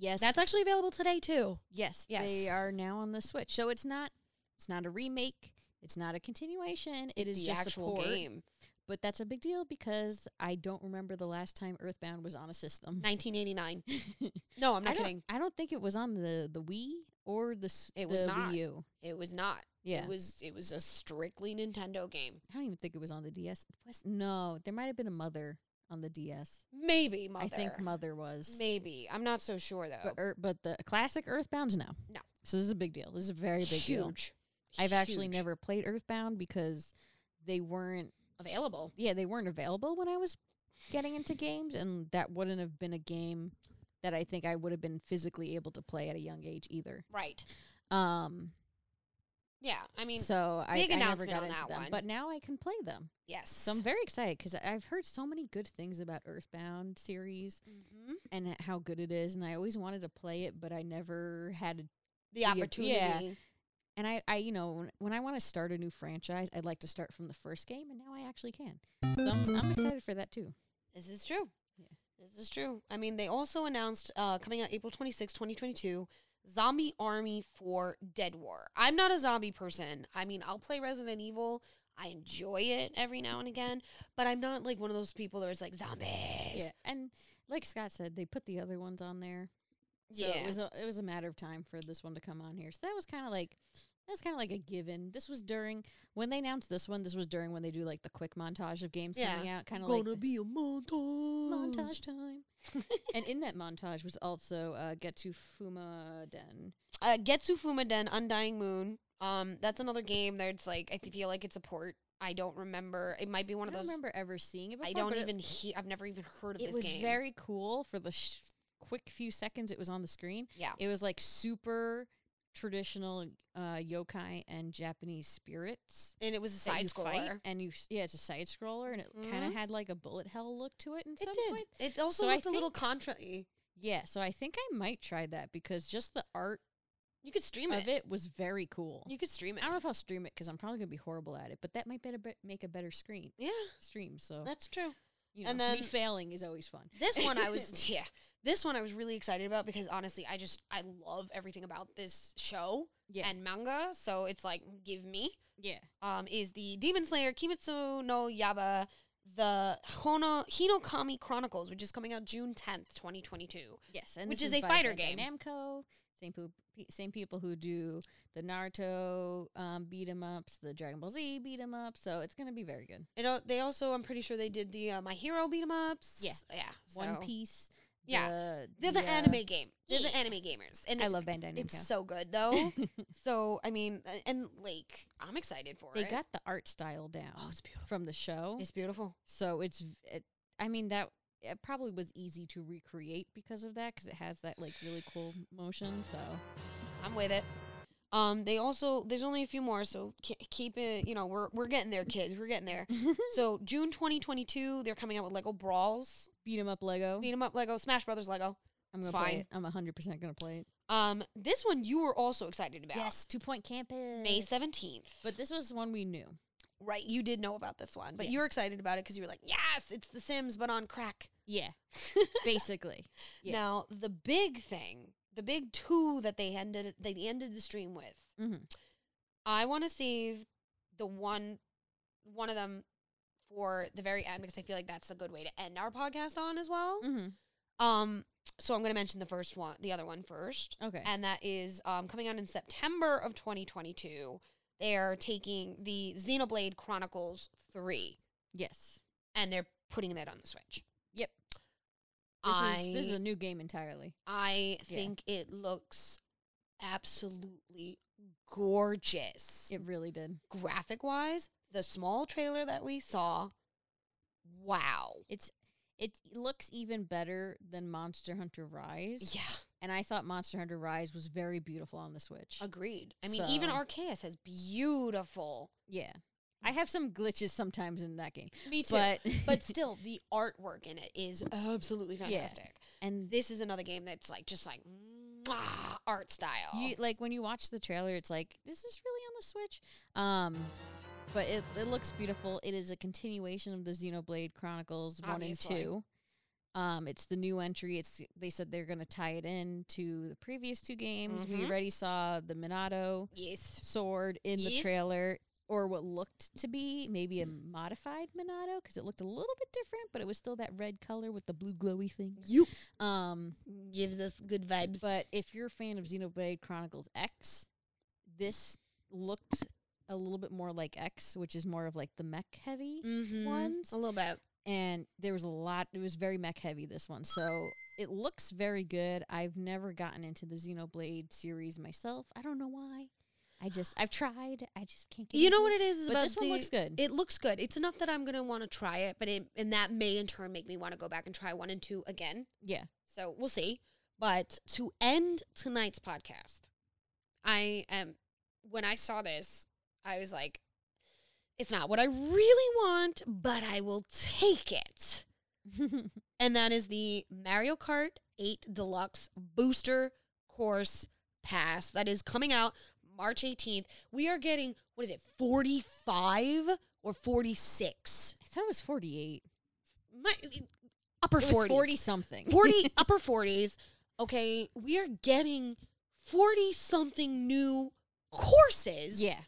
Yes,
That's actually available today too.
yes,
yes.
They are now on the Switch, so it's not it's not a remake. It's not a continuation. It is
the
just
actual
support,
game,
but that's a big deal because I don't remember the last time Earthbound was on a system.
1989. No, I'm
I
not
don't-
kidding.
I don't think it was on the the Wii or the s-
It was
the
not.
Wii U.
It was not.
Yeah,
It was. It was a strictly Nintendo game.
I don't even think it was on the DS. It was- no, there might have been a Mother on the DS.
Maybe mother.
I think Mother was,
maybe. I'm not so sure though.
but Ear- but the classic Earthbound's no.
No.
So this is a big deal. This is a very big deal.
Huge.
I've actually
Huge.
never played Earthbound because they weren't.
available.
Yeah, they weren't available when I was getting into games, and that wouldn't have been a game that I think I would have been physically able to play at a young age either.
Right.
Um,
Yeah. I mean,
so I,
big
I never
announcement
got
on
into
that
them,
one.
but now I can play them.
yes.
So I'm very excited because I've heard so many good things about Earthbound series
Mhm.
and h- how good it is, and I always wanted to play it, but I never had. A,
The opportunity.
and I, I, you know, when, when I want to start a new franchise, I'd like to start from the first game, and now I actually can. So I'm, I'm excited for that too.
This is true.
Yeah.
This is true. I mean, they also announced uh, coming out April twenty sixth, 2022, Zombie Army for Dead War. I'm not a zombie person. I mean, I'll play Resident Evil. I enjoy it every now and again, but I'm not like one of those people that is like zombies.
Yeah, and like Scott said, they put the other ones on there. So
yeah.
it was a, it was a matter of time for this one to come on here. So that was kind of like that was kind of like a given. This was during when they announced this one. This was during when they do like the quick montage of games
Yeah.
coming out, kind of like the
be a montage.
montage time. and in that montage was also uh, Get to Fuma Den.
Uh, Getsu Fumaden, Undying Moon. Um, that's another game that's like I feel like it's a port. I don't remember. It might be one
I
of
don't
those.
remember ever seeing it. Before,
I don't
but it-
even. He- I've never even heard of
It,
this
was
game.
very cool for the sh- quick few seconds it was on the screen.
yeah.
It was like super traditional uh, yokai and Japanese spirits.
and it was a
that
side
you fight,
scroller.
and you s- yeah, it's a side scroller, and it kind
Mhm.
of had like a bullet hell look to it. In some
It did.
Point.
It also
So I
looked a little contra. y.
Yeah, so I think I might try that because just the art
You could stream it.
of it was very cool.
You could stream it.
I don't know if I'll stream it because I'm probably gonna be horrible at it, but that might better be- make a better screen
Yeah,
stream. So
that's true.
you know,
and
me
then-
failing is always fun.
Oh. This one I was yeah. This one I was really excited about because honestly, I just I love everything about this show
Yeah,
and manga. So it's like give me.
yeah,
um, is the Demon Slayer Kimetsu no Yaba, the Hono Hinokami Chronicles, which is coming out June 10th, 2022.
yes, and
Which
this
is a
by
fighter
Bandai
game.
Namco, same poop, same people who do the Naruto um, beat 'em ups, the Dragon Ball Z beat 'em ups. So it's gonna be very good.
It, al- uh, they also, I'm pretty sure they did the uh, My Hero beat 'em ups.
Yeah.
Yeah.
One
so-
Piece.
Yeah.
the,
They're the
uh,
anime game. They're the
yeah.
anime gamers. And
I
it-
love Bandai Namco.
It's so good, though. so, I mean, a- and like, I'm excited for
they
it.
got the art style down
oh, it's beautiful.
from the show.
It's beautiful.
So it's, v- it, I mean, that it probably was easy to recreate because of that, because it has that like really cool motion. So
I'm with it. Um, they also there's only a few more, so ke- keep it. You know, we're we're getting there, kids. We're getting there. so June 2022, they're coming out with Lego Brawls,
beat 'em up Lego.
beat 'em up Lego, Smash Brothers Lego.
I'm gonna
fine.
play it. I'm 100 percent gonna play it.
Um, this one you were also excited about.
two point campus.
May 17th.
But this was one we knew.
right, you did know about this one, but
Yeah.
you were excited about it because you were like, yes, it's The Sims but on crack.
Yeah, basically. Yeah.
Now the big thing, the big two that they ended they ended the stream with
hmm
I want to save the one one of them for the very end because I feel like that's a good way to end our podcast on as well.
hmm
Um so I'm going to mention the first one, the other one first.
Okay.
And that is um coming out in September of 2022. They're taking the Xenoblade Chronicles 3
yes.
and they're putting that on the Switch.
Yep. This,
I
is, this is a new game entirely.
I
Yeah.
think it looks absolutely gorgeous.
It really did.
graphic wise, the small trailer that we saw, wow.
It's it looks even better than Monster Hunter Rise.
Yeah,
And I thought Monster Hunter Rise was very beautiful on the Switch.
agreed. I mean, even
So-
Arceus has beautiful.
yeah. I have some glitches sometimes in that game.
Me
But
but still, the artwork in it is absolutely fantastic.
and
This is another game that's like just like mwah, art style.
you like when you watch the trailer it's like this is really on the Switch. Um but it, it looks beautiful. It is a continuation of the Xenoblade Chronicles 1
Obviously.
and 2. Um it's the new entry. It's they said they're going to tie it in to the previous two games. We
Mhm.
already saw the Minato
yes,
sword in the
Yes.
trailer or what looked to be maybe a modified Monado because it looked a little bit different, but it was still that red color with the blue glowy thing.
you
Um,
gives us good vibes.
but if you're a fan of Xenoblade Chronicles X, this looked a little bit more like X, which is more of like the mech heavy.
Mhm.
ones.
a little bit.
And there was a lot, it was very mech heavy this one. So it looks very good. I've never gotten into the Xenoblade series myself. I don't know why. I just, I've tried. I just can't get
You
into
know
it.
what it is
But
about
this one
the-
looks good.
It looks good. It's enough that I'm gonna want to try it, but it and that may in turn make me want to go back and try one and two again.
yeah.
So we'll see. But to end tonight's podcast, I am when I saw this, I was like, it's not what I really want, but I will take it. And that is the Mario Kart 8 Deluxe Booster Course Pass that is coming out March 18th. We are getting, what is it, 45 or 46?
I thought it was 48.
My, upper
it was
40s.
40 something.
40 upper 40s okay we are getting 40 something new courses.
Yeah.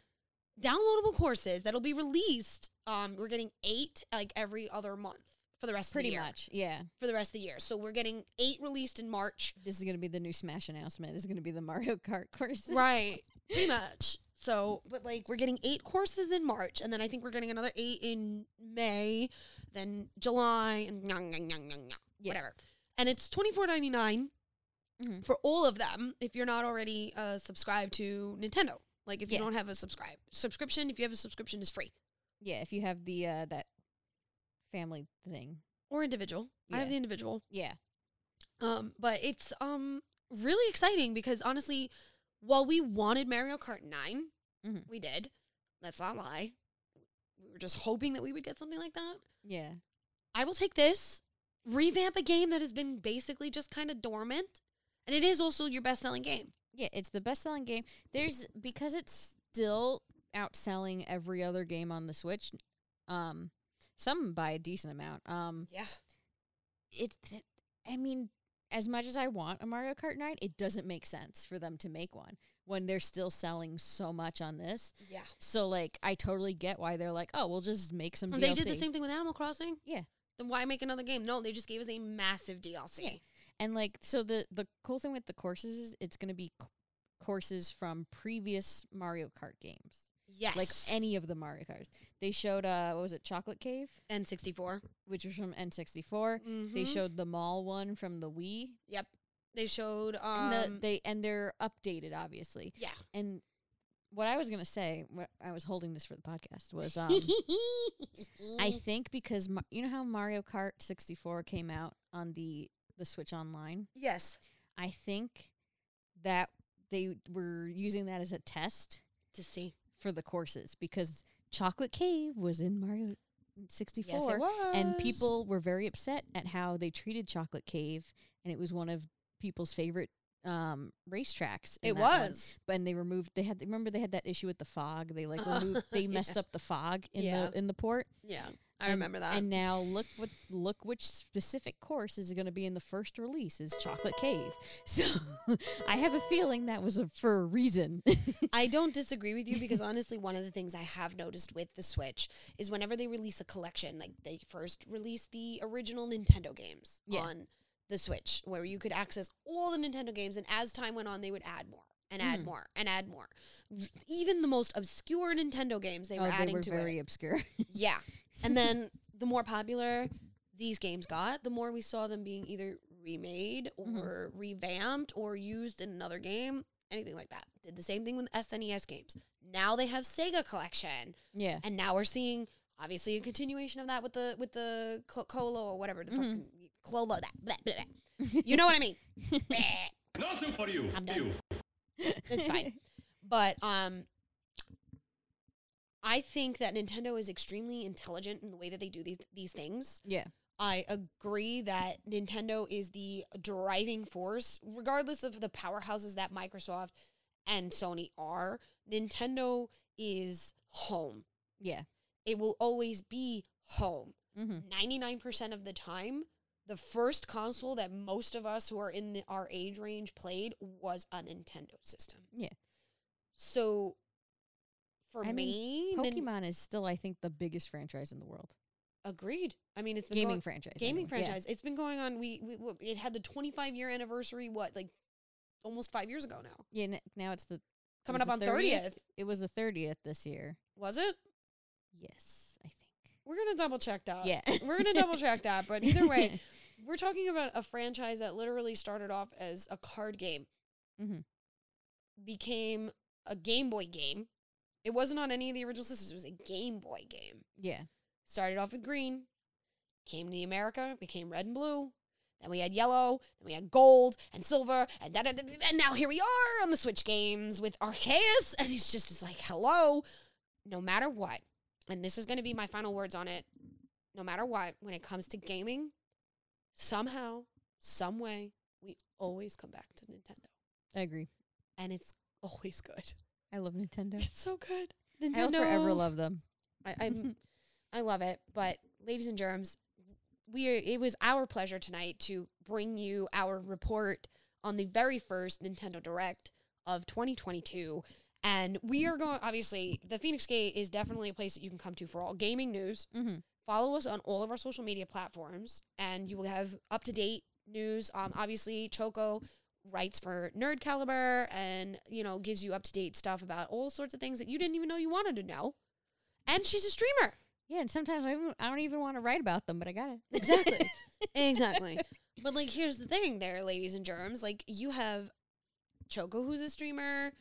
Downloadable courses that'll be released. Um, we're getting eight like every other month for the rest
Pretty
of the year.
much. Yeah.
For the rest of the year. So we're getting eight released in March.
This is going to be the new Smash announcement. This is going to be the Mario Kart courses.
Right. Pretty much. So, but like we're getting eight courses in March, and then I think we're getting another eight in May, then July, and nyang, nyang, nyang, nyang, nyang,
Yeah.
whatever. And it's twenty four ninety nine
Mhm.
for all of them if you're not already uh, subscribed to Nintendo. Like if you
Yeah.
don't have a subscribe subscription, if you have a subscription, it's free
Yeah. If you have the, uh, that family thing.
or individual. I have
Yeah.
the individual.
Yeah.
Um, but it's um really exciting because honestly, while we wanted Mario Kart 9
Mhm.
we did. Let's not lie. We were just hoping that we would get something like that.
Yeah.
I will take this. Revamp a game that has been basically just kind of dormant. And it is also your best selling game.
Yeah. It's the best selling game. There's, because it's still outselling every other game on the Switch, um, some by a decent amount. Um,
Yeah.
it's th- I mean, as much as I want a Mario Kart 9, it doesn't make sense for them to make one when they're still selling so much on this.
Yeah.
So like I totally get why they're like, "Oh, we'll just make some
Um, They
DLC."
did the same thing with Animal Crossing.
Yeah.
Then why make another game? No, they just gave us a massive DLC.
Yeah. And like so the the cool thing with the courses is it's going to be c- courses from previous Mario Kart games.
Yes.
Like any of the Mario Karts. They showed uh what was it? Chocolate Cave,
N64.
which was from N64. They
Mhm.
showed the mall one from the Wii.
Yep. They showed um
and the, they and they're updated obviously.
yeah.
and what I was gonna say, what I was holding this for the podcast was, um, I think because Ma- you know how Mario Kart 64 came out on the the Switch Online,
yes.
I think that they were using that as a test
to see.
for the courses because Chocolate Cave was in Mario 64,
was.
and people were very upset at how they treated Chocolate Cave, and it was one of people's favorite um racetracks. in
It
that one
was.
but and they removed they had remember they had that issue with the fog they like
Uh,
removed they
yeah.
messed up the fog in
Yeah.
the in the port
Yeah, I
And-
remember that.
and now look what look which specific course is going to be in the first release is chocolate cave so i have a feeling that was a, for a reason
I don't disagree with you because honestly, one of the things I have noticed with the Switch is whenever they release a collection, like they first released the original Nintendo games
Yeah.
on the Switch, where you could access all the Nintendo games, and as time went on, they would add more and add
Mhm.
more and add more. Even the most obscure Nintendo games, they were
oh
adding
they were
to
very
it.
obscure
Yeah. And then the more popular these games got, the more we saw them being either remade or
Mhm.
revamped or used in another game, anything like that. Did the same thing with SNES games. Now they have Sega Collection,
yeah
and now we're seeing obviously a continuation of that with the with the Co- Colo or whatever the
Mhm.
fucking Colo that. Blah, blah, blah. you know what I mean? Bleh.
Nothing for you.
I'm done. It's fine. But um I think that Nintendo is extremely intelligent in the way that they do these these things.
yeah
I agree that Nintendo is the driving force regardless of the powerhouses that Microsoft and Sony are. Nintendo is home.
yeah
It will always be home.
mm-hmm.
99% of the time, the first console that most of us who are in the, our age range played was a Nintendo system.
Yeah.
So for
I mean,
me, Nin-
pokemon is still i think the biggest franchise in the world
agreed. I mean, it's been
gaming
going-
franchise I
gaming
mean. Yeah.
franchise. It's been going on. We, we we- it had the 25 year anniversary. What like almost five years ago now.
yeah, n- now it's the it
Coming
was
up on
the
30th.
it was the 30th this year
Was it?
yes i think
We're gonna double check that.
Yeah.
Uh, we're gonna double check that. But either way, we're talking about a franchise that literally started off as a card game.
mm-hmm.
became a Game Boy game. It wasn't on any of the original systems. It was a Game Boy game.
Yeah.
Started off with green, came to America, became red and blue. Then we had yellow, then we had gold and silver, and da, da, da, da, da, and now here we are on the Switch games with Arceus, and it's just it's like hello, no matter what. And this is going to be my final words on it. No matter what, when it comes to gaming, somehow, some way, we always come back to Nintendo,
I agree.
and it's always good.
I love Nintendo.
It's so good.
I will forever love them.
I, I'm, I love it. But ladies and germs, we are, it was our pleasure tonight to bring you our report on the very first Nintendo Direct of 2022. And we are going, obviously, the Phoenix Gate is definitely a place that you can come to for all gaming news.
Mm-hmm.
Follow us on all of our social media platforms, and you will have up to date news. Um, obviously, Choco writes for Nerd Caliber and, you know, gives you up to date stuff about all sorts of things that you didn't even know you wanted to know. And she's a streamer.
Yeah, and sometimes I, don't- I don't even want to write about them, but I got it.
Exactly. exactly. But like, here's the thing, there, ladies and germs. Like, you have Choco, who's a streamer.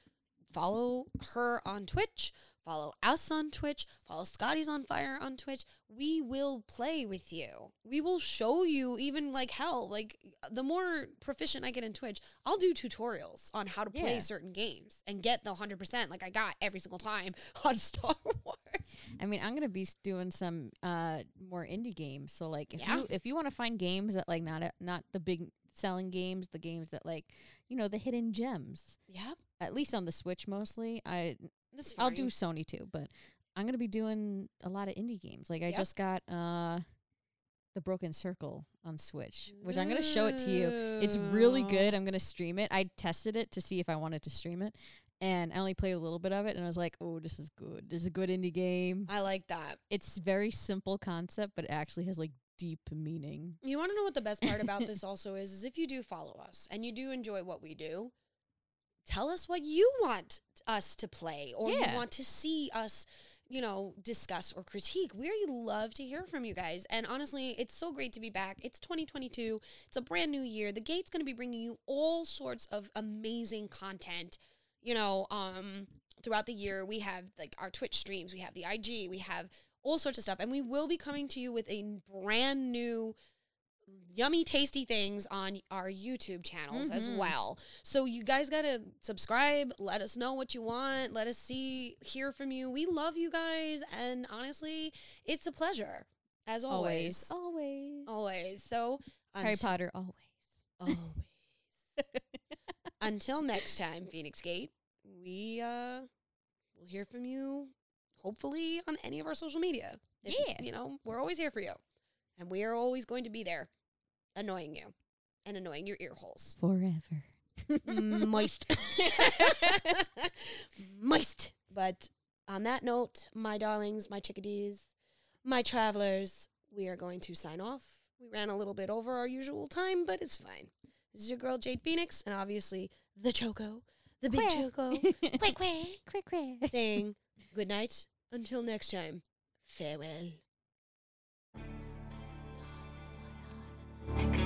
Follow her on Twitch. Follow us on Twitch. Follow Scotty's on Fire on Twitch. We will play with you. We will show you, even like hell. Like, the more proficient I get in Twitch, I'll do tutorials on how to play
Yeah.
certain games and get the 100% like I got every single time on Star Wars.
I mean, I'm gonna be s- doing some uh more indie games. So like, if
Yeah.
you if you want to find games that like not a, not the big selling games, the games that like you know the hidden gems,
Yep.
at least on the Switch mostly. I
That's fine.
I'll do Sony too, but I'm gonna be doing a lot of indie games. Like I
Yeah.
just got uh the Broken Circle on Switch, which I'm gonna show it to you. It's really
Ooh.
good. I'm gonna stream it. I tested it to see if I wanted to stream it, and I only played a little bit of it, and I was like, "Oh, this is good. This is a good indie game.
I like that.
It's very simple concept, but it actually has like deep meaning."
You want to know what the best part about this also is? Is if you do follow us and you do enjoy what we do, tell us what you want us to play or
Yeah.
you want to see us, you know, discuss or critique. We love to hear from you guys. And honestly, it's so great to be back. It's 2022, it's a brand new year. The gate's going to be bringing you all sorts of amazing content, you know, um, throughout the year. We have like our Twitch streams, we have the IG, we have all sorts of stuff. And we will be coming to you with a brand new yummy tasty things on our YouTube channels as
Mhm.
well. So you guys got to subscribe, let us know what you want, let us see hear from you. We love you guys and honestly, it's a pleasure as always.
always, always.
Always. So
Harry
unt-
Potter, always.
always. Until next time, Phoenix Gate, we uh will hear from you hopefully on any of our social media.
Yeah.
You know, we're always here for you. And we are always going to be there annoying you and annoying your ear holes.
Forever.
Mm, Moist. Moist. But on that note, my darlings, my chickadees, my travelers, we are going to sign off. We ran a little bit over our usual time, but it's fine. This is your girl Jade Phoenix, and obviously the Choco, the big Choco, quick, quick,
Quick, quick.
saying good night. Until next time, farewell.
I